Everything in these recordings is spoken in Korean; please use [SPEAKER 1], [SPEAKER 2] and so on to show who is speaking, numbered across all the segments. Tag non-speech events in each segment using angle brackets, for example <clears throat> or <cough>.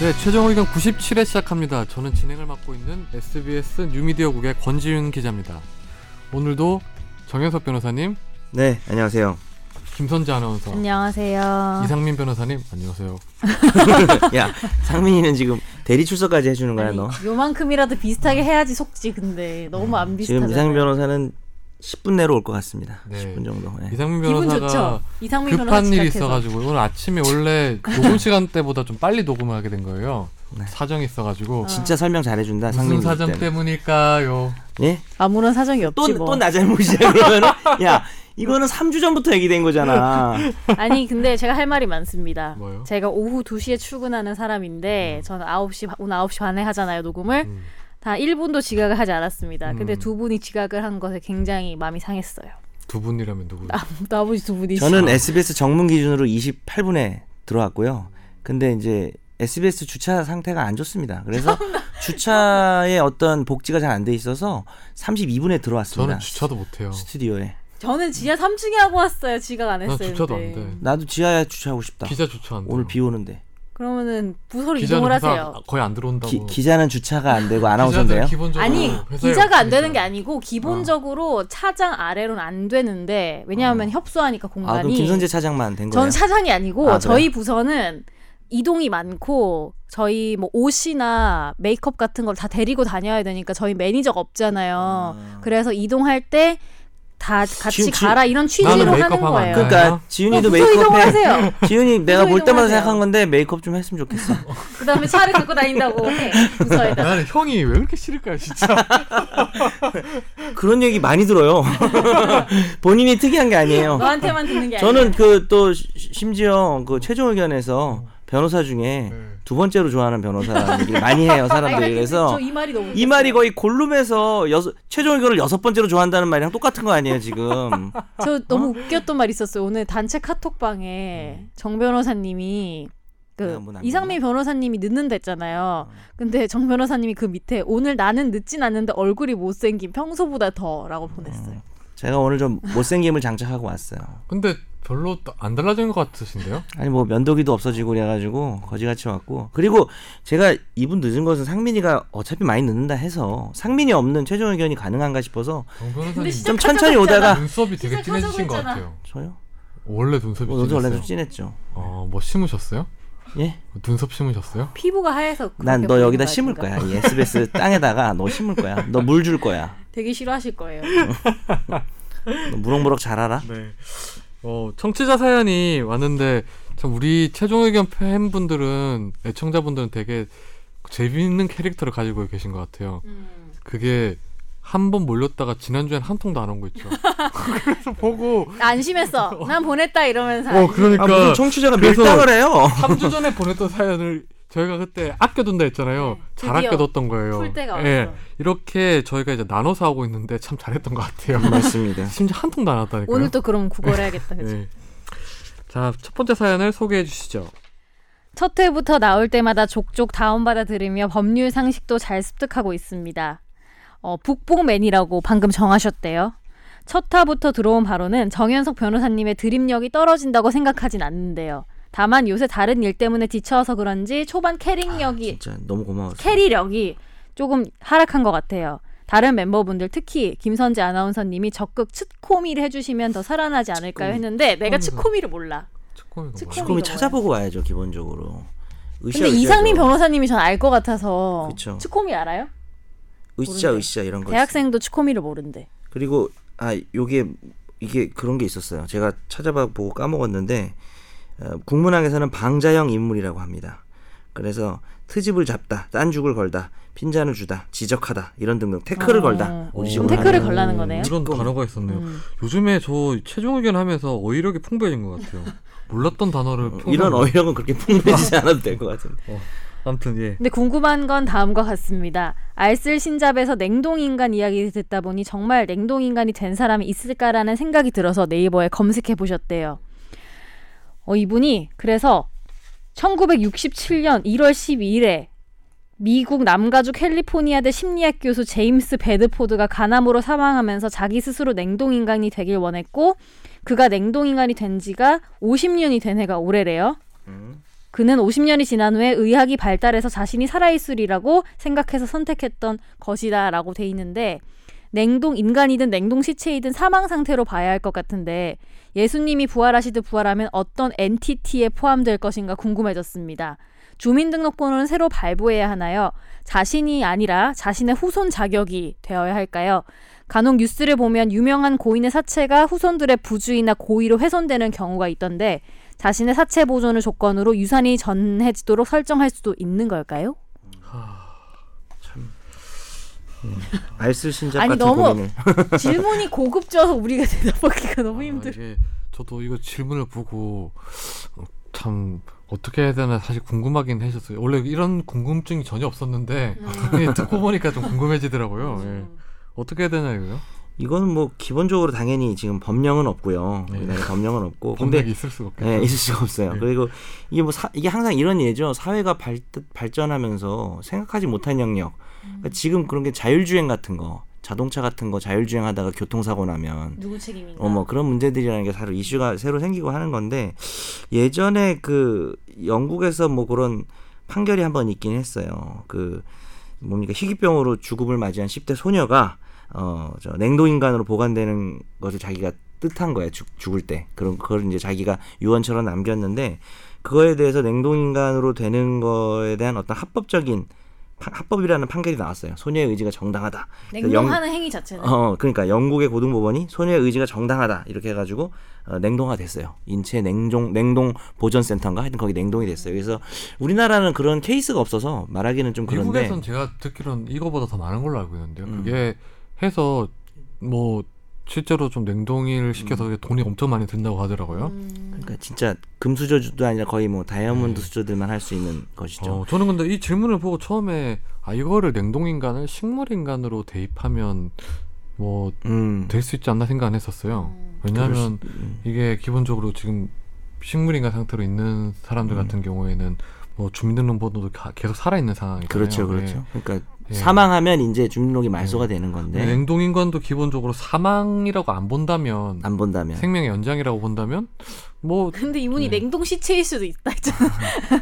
[SPEAKER 1] 네, 최종 의견 97회 시작합니다. 저는 진행을 맡고 있는 SBS 뉴미디어국의 권지윤 기자입니다. 오늘도 정현석 변호사님,
[SPEAKER 2] 네, 안녕하세요.
[SPEAKER 1] 김선재 아나운서,
[SPEAKER 3] 안녕하세요.
[SPEAKER 1] 이상민 변호사님, 안녕하세요.
[SPEAKER 2] 야, 상민이는 지금 대리 출석까지 해주는 거야,
[SPEAKER 3] 아니,
[SPEAKER 2] 너.
[SPEAKER 3] 요만큼이라도 비슷하게 해야지 속지 근데 너무 안 비슷하잖아.
[SPEAKER 2] 지금 이상민 변호사는 10분 내로 올 것 같습니다.
[SPEAKER 1] 네.
[SPEAKER 2] 10분 정도. 예.
[SPEAKER 1] 이상민
[SPEAKER 3] 기분
[SPEAKER 1] 변호사가
[SPEAKER 3] 좋죠. 이상민 변호사
[SPEAKER 1] 급한 일이
[SPEAKER 3] 지각해서.
[SPEAKER 1] 있어가지고 오늘 아침에 원래 녹음 시간 때보다 좀 빨리 녹음을 하게 된 거예요.
[SPEAKER 2] 네.
[SPEAKER 1] 사정이
[SPEAKER 3] 아.
[SPEAKER 1] 있어가지고
[SPEAKER 2] 진짜 설명 잘해준다,
[SPEAKER 1] 무슨
[SPEAKER 2] 상민이.
[SPEAKER 1] 사정
[SPEAKER 2] 때문에.
[SPEAKER 1] 때문일까요?
[SPEAKER 2] 예?
[SPEAKER 3] 아무런 사정이 없지 뭐.
[SPEAKER 2] 또또나 잘못이야 그러면. 야, 이거는 3주 전부터 얘기된
[SPEAKER 3] <laughs>
[SPEAKER 2] 거잖아.
[SPEAKER 3] 아니 근데 제가 할 말이 많습니다.
[SPEAKER 1] 뭐요?
[SPEAKER 3] 제가 오후 2시에 출근하는 사람인데 저는 9시 바- 오늘 9시 반에 하잖아요 녹음을.
[SPEAKER 1] 음.
[SPEAKER 3] 다 1분도 지각을 하지 않았습니다. 근데
[SPEAKER 1] 음.
[SPEAKER 3] 두 분이 지각을 한 것에 굉장히 마음이 상했어요. <laughs>
[SPEAKER 1] 두 분이라면 누구?
[SPEAKER 3] 나머지 두 분이
[SPEAKER 2] 저는 SBS 정문 기준으로 28분에 들어왔고요. 근데 이제 SBS 주차 상태가 안 좋습니다.
[SPEAKER 3] <laughs>
[SPEAKER 2] 그래서 주차에 어떤 복지가 잘 안 돼 있어서 32분에 들어왔습니다.
[SPEAKER 1] 저는 주차도 못해요.
[SPEAKER 2] 스튜디오에.
[SPEAKER 3] 저는 지하 3층에 하고 왔어요. 지각 안
[SPEAKER 1] 난
[SPEAKER 3] 했어요.
[SPEAKER 1] 주차도 안
[SPEAKER 3] 근데.
[SPEAKER 1] 돼.
[SPEAKER 2] 나도 지하에 주차하고 싶다.
[SPEAKER 1] 기자 주차 안 돼.
[SPEAKER 2] 오늘 비 오는데.
[SPEAKER 3] 그러면은 부서로
[SPEAKER 1] 기자는
[SPEAKER 3] 이동을
[SPEAKER 1] 회사
[SPEAKER 3] 하세요.
[SPEAKER 1] 거의 안 들어온다고.
[SPEAKER 2] 기, 기자는 주차가 안 되고 아나운서인데요.
[SPEAKER 1] 기자들은 기본적으로
[SPEAKER 3] 아니
[SPEAKER 2] 네,
[SPEAKER 1] 회사에
[SPEAKER 3] 기자가 안
[SPEAKER 1] 없으니까.
[SPEAKER 3] 되는 게 아니고 기본적으로
[SPEAKER 2] 어.
[SPEAKER 3] 차장 아래로는 안 되는데 왜냐하면 협소하니까 공간이
[SPEAKER 2] 아 그럼 김선재 차장만 된 거예요?
[SPEAKER 3] 전 차장이 아니고
[SPEAKER 2] 아, 그래요?
[SPEAKER 3] 저희 부서는 이동이 많고 저희 뭐 옷이나 메이크업 같은 걸 다 데리고 다녀야 되니까 저희 매니저가 없잖아요. 그래서 이동할 때 다 같이
[SPEAKER 2] 지- 지-
[SPEAKER 3] 가라 이런
[SPEAKER 1] 나는
[SPEAKER 3] 취지로 하는
[SPEAKER 1] 메이크업 하면 안
[SPEAKER 3] 거예요. 어,
[SPEAKER 1] 돼.
[SPEAKER 2] 그러니까
[SPEAKER 1] 아.
[SPEAKER 2] 지윤이도
[SPEAKER 3] 부서 이동을
[SPEAKER 2] 메이크업해.
[SPEAKER 3] 하세요.
[SPEAKER 2] 지윤이 내가 볼
[SPEAKER 3] 이동을
[SPEAKER 2] 때마다
[SPEAKER 3] 하세요.
[SPEAKER 2] 생각한 건데 메이크업 좀 했으면 좋겠어.
[SPEAKER 3] 그다음에 차를 갖고 다닌다고 해, 부서에다.
[SPEAKER 1] 나는 형이 왜 그렇게 싫을까요, 진짜.
[SPEAKER 2] <laughs> 그런 얘기 많이 들어요. <laughs> 본인이 특이한 게 아니에요.
[SPEAKER 3] 너한테만 듣는 게 어, 아니야.
[SPEAKER 2] 저는 그 또 심지어 그 최종 의견에서 변호사 중에
[SPEAKER 1] <laughs> 네.
[SPEAKER 2] 두 번째로 좋아하는 변호사라는 얘기 많이 해요 사람들이. 그래서
[SPEAKER 3] 저이 말이 너무
[SPEAKER 2] 이 말이 거의 골룸에서 여섯, 최종 의견을 여섯 번째로 좋아한다는 말이랑 똑같은 거 아니에요 지금?
[SPEAKER 3] 저 너무 웃겼던 말 있었어요. 오늘 단체 카톡방에 정 변호사님이
[SPEAKER 2] 내가
[SPEAKER 3] 그
[SPEAKER 2] 음. 네, 한번 남겼나? 어.
[SPEAKER 3] 이상민 변호사님이 늦는다 했잖아요. 근데 정 변호사님이 그 밑에 오늘 나는 늦진 않는데 얼굴이 못생긴 평소보다 더라고 보냈어요.
[SPEAKER 2] 제가 오늘 좀 못생김을 장착하고 왔어요.
[SPEAKER 1] 근데 별로 또안 달라진 것 같으신데요?
[SPEAKER 2] 아니 뭐 면도기도 없어지고 그래가지고 거지같이 왔고 그리고 제가 이분 늦은 것은 상민이가 어차피 많이 늦는다 해서 상민이 없는 최종 의견이 가능한가 싶어서
[SPEAKER 1] 정 변호사님
[SPEAKER 3] 근데 시작-
[SPEAKER 2] 좀 천천히 오다가
[SPEAKER 1] 눈썹이 되게
[SPEAKER 3] 시작
[SPEAKER 1] 진해지신 것
[SPEAKER 3] 하자고
[SPEAKER 1] 같아요.
[SPEAKER 2] 저요?
[SPEAKER 1] 원래 눈썹이
[SPEAKER 2] 어, 너도 원래
[SPEAKER 1] 진했어요.
[SPEAKER 2] 좀 진했죠?
[SPEAKER 1] 어, 뭐 심으셨어요?
[SPEAKER 2] 예?
[SPEAKER 1] 눈썹 심으셨어요?
[SPEAKER 3] 피부가 하얘서
[SPEAKER 2] 난
[SPEAKER 3] 그렇게
[SPEAKER 2] 너
[SPEAKER 3] 보이는
[SPEAKER 2] 여기다
[SPEAKER 3] 거
[SPEAKER 2] 심을
[SPEAKER 3] 아닌가?
[SPEAKER 2] 거야 이 SBS 땅에다가 너 심을 거야 너 물 줄 거야
[SPEAKER 3] 되게 싫어하실 거예요.
[SPEAKER 2] 너 무럭무럭 자라라 아,
[SPEAKER 1] 네. 어, 청취자 사연이 왔는데 참 우리 최종 의견 팬분들은 애청자분들은 되게 재미있는 캐릭터를 가지고 계신 것 같아요. 그게 한 번 몰렸다가 지난주엔 한 통도 안 온 거 <laughs> 있죠. 그래서 보고
[SPEAKER 3] 안
[SPEAKER 2] <laughs>
[SPEAKER 3] 심했어. 난 보냈다 이러면서.
[SPEAKER 1] 어
[SPEAKER 2] 아 무슨
[SPEAKER 1] 그러니까
[SPEAKER 2] 청취자가
[SPEAKER 1] 그래서-
[SPEAKER 2] 밀당을 해요
[SPEAKER 1] 3주 전에 보냈던 사연을 저희가 그때 아껴둔다 했잖아요.
[SPEAKER 3] 네,
[SPEAKER 1] 잘
[SPEAKER 3] 드디어
[SPEAKER 1] 아껴뒀던 거예요.
[SPEAKER 3] 풀 때가
[SPEAKER 1] 예,
[SPEAKER 3] 왔어.
[SPEAKER 1] 이렇게 저희가 이제 나눠서 하고 있는데 참 잘했던 것 같아요.
[SPEAKER 2] 맞습니다
[SPEAKER 1] <laughs> 심지어 한 통도 안 왔다니까요.
[SPEAKER 3] 네. 오늘 또 그럼 구걸해야겠다. 그치?
[SPEAKER 1] 네. 자, 첫 번째 사연을 소개해 주시죠.
[SPEAKER 3] 첫 회부터 나올 때마다 족족 다운받아 들으며 법률 상식도 잘 습득하고 있습니다. 어, 북봉맨이라고 방금 정하셨대요. 첫 화부터 들어온 바로는 정현석 변호사님의 드립력이 떨어진다고 생각하진 않는데요. 다만 요새 다른 일 때문에 지쳐서 그런지 초반 캐릭력이
[SPEAKER 2] 진짜 너무
[SPEAKER 1] 아,
[SPEAKER 2] 고마워
[SPEAKER 3] 캐리력이 조금 하락한 것 같아요. 다른 멤버분들 특히 김선재 아나운서님이 적극 츠코미를 해주시면 더 살아나지 않을까요 했는데 내가
[SPEAKER 1] 츠코미가-
[SPEAKER 3] 츠코미를 몰라.
[SPEAKER 1] 치코미가
[SPEAKER 3] 치코미.
[SPEAKER 1] 뭐야?
[SPEAKER 2] 쭈꾸미 찾아보고 와야죠 기본적으로 그
[SPEAKER 3] 근데 이상민 변호사님이 전 알 것 같아서
[SPEAKER 2] 그쵸.
[SPEAKER 3] 츠코미 알아요?
[SPEAKER 2] 으쌰 으쌰 이런 거 있어요.
[SPEAKER 3] 대학생도 츠코미를 모른대.
[SPEAKER 2] 그리고 아 요게 이게 그런 게 있었어요. 제가 찾아봐 보고 까먹었는데 어, 국문학에서는 방자형 인물이라고 합니다. 그래서 트집을 잡다, 딴죽을 걸다, 핀잔을 주다, 지적하다 이런 등등 태클을
[SPEAKER 3] 어.
[SPEAKER 2] 걸다. 우리
[SPEAKER 1] 어.
[SPEAKER 3] 그럼
[SPEAKER 2] 식으로
[SPEAKER 3] 태클을
[SPEAKER 2] 하면.
[SPEAKER 3] 걸라는 거네요.
[SPEAKER 1] 이런
[SPEAKER 2] 치코미.
[SPEAKER 1] 단어가 있었네요.
[SPEAKER 3] 음.
[SPEAKER 1] 요즘에 저 최종 의견 하면서 어휘력이 풍부해진 것 같아요. 몰랐던 단어를
[SPEAKER 2] 어, 이런 어휘력은 그렇게 풍부해지지 않아도 될 것
[SPEAKER 3] <laughs>
[SPEAKER 2] 같은데.
[SPEAKER 1] 아무튼 예.
[SPEAKER 3] 근데 궁금한 건 다음과 같습니다. 알쓸 신잡에서 냉동인간 이야기를 듣다 보니 정말 냉동인간이 된 사람이 있을까라는 생각이 들어서 네이버에 검색해 보셨대요. 어, 이분이 그래서 1967년 1월 12일에 미국 남가주 캘리포니아대 심리학 교수 제임스 베드포드가 간암으로 사망하면서 자기 스스로 냉동인간이 되길 원했고 그가 냉동인간이 된 지가 50년이 된 해가 올해래요. 그는 50년이 지난 후에 의학이 발달해서 자신이 살아있으리라고 생각해서 선택했던 것이다라고 돼 있는데 냉동 인간이든 냉동 시체이든 사망 상태로 봐야 할 것 같은데 예수님이 부활하시듯 부활하면 어떤 엔티티에 포함될 것인가 궁금해졌습니다. 주민등록번호는 새로 발부해야 하나요? 자신이 아니라 자신의 후손 자격이 되어야 할까요? 간혹 뉴스를 보면 유명한 고인의 사체가 후손들의 부주의나 고의로 훼손되는 경우가 있던데 자신의 사체 보존을 조건으로 유산이 전해지도록 설정할 수도 있는 걸까요?
[SPEAKER 2] 알쓸 신작
[SPEAKER 3] 아니,
[SPEAKER 2] 같은
[SPEAKER 3] 너무-
[SPEAKER 2] 고민을
[SPEAKER 3] 질문이 고급져서 우리가 대답하기가 너무 힘들어.
[SPEAKER 1] 아, 이게 저도 이거 질문을 보고 어, 참 어떻게 해야 되나 사실 궁금하긴 했었어요. 원래 이런 궁금증이 전혀 없었는데
[SPEAKER 3] 음.
[SPEAKER 1] 예, 듣고 보니까 좀
[SPEAKER 2] 아,
[SPEAKER 1] 궁금해지더라고요.
[SPEAKER 2] 네.
[SPEAKER 1] 예. 어떻게 해야 되나 이거요?
[SPEAKER 2] 이거는 뭐 기본적으로 당연히 지금 법령은 없고요.
[SPEAKER 1] 네.
[SPEAKER 2] 우리나라 법령은 없고 근데
[SPEAKER 1] 근데 있을 수가 없겠죠.
[SPEAKER 2] 예, 있을 수가 없어요.
[SPEAKER 1] 네.
[SPEAKER 2] 그리고 이게 뭐 사, 이게 항상 이런 예죠. 사회가 발, 발전하면서 생각하지 못한 영역. 그러니까 지금 그런 게 자율주행 같은 거, 자동차 같은 거 자율주행 하다가 교통사고 나면
[SPEAKER 3] 누구 책임인가?
[SPEAKER 2] 어머 뭐 그런 문제들이라는 게 바로 이슈가 새로 생기고 하는 건데 예전에 그 영국에서 뭐 그런 판결이 한 번 있긴 했어요. 그 뭡니까 희귀병으로 죽음을 맞이한 10대 소녀가 어저 냉동인간으로 보관되는 것을 자기가 뜻한 거야 죽, 죽을 때 그런 그걸 이제 자기가 유언처럼 남겼는데 그거에 대해서 냉동인간으로 되는 거에 대한 어떤 합법적인 파- 합법이라는 판결이 나왔어요. 소녀의 의지가 정당하다.
[SPEAKER 3] 냉동하는 행위 자체는
[SPEAKER 2] 어, 그러니까 영국의 고등법원이 소녀의 의지가 정당하다 이렇게 해가지고 어, 냉동화 됐어요. 인체 냉동 냉동 보전 센터인가 하여튼 거기 냉동이 됐어요. 그래서 우리나라는 그런 케이스가 없어서 말하기는 좀 그런데 음.
[SPEAKER 1] 미국에선 제가 듣기로는 이거보다 더 많은 걸로 알고 있는데요. 그게 해서 뭐 실제로 좀 냉동을 시켜서
[SPEAKER 2] 음.
[SPEAKER 1] 그게 돈이 엄청 많이 든다고 하더라고요.
[SPEAKER 3] 음,
[SPEAKER 2] 그러니까 진짜 금수저주도 아니라 거의 뭐 다이아몬드 수저들만 할 수 있는 것이죠.
[SPEAKER 1] 네. 어, 저는 근데 이 질문을 보고 처음에 아 이거를 냉동 인간을 식물 인간으로 대입하면 뭐 될 수
[SPEAKER 2] 음.
[SPEAKER 1] 있지 않나 생각 안 했었어요. 왜냐하면 이게 기본적으로 지금 식물 인간 상태로 있는 사람들
[SPEAKER 2] 음.
[SPEAKER 1] 같은 경우에는 뭐 주민등록번호도 가- 계속 살아 있는 상황이잖아요.
[SPEAKER 2] 그렇죠,
[SPEAKER 1] 예.
[SPEAKER 2] 그렇죠. 그러니까
[SPEAKER 1] 예.
[SPEAKER 2] 사망하면 이제 주민록이 말소가
[SPEAKER 1] 네.
[SPEAKER 2] 되는 건데
[SPEAKER 1] 냉동 인간도 기본적으로 사망이라고 안 본다면
[SPEAKER 2] 안 본다면
[SPEAKER 1] 생명의 연장이라고 본다면 뭐
[SPEAKER 3] 근데 이분이
[SPEAKER 1] 네.
[SPEAKER 3] 냉동 시체일 수도 있다 했잖아.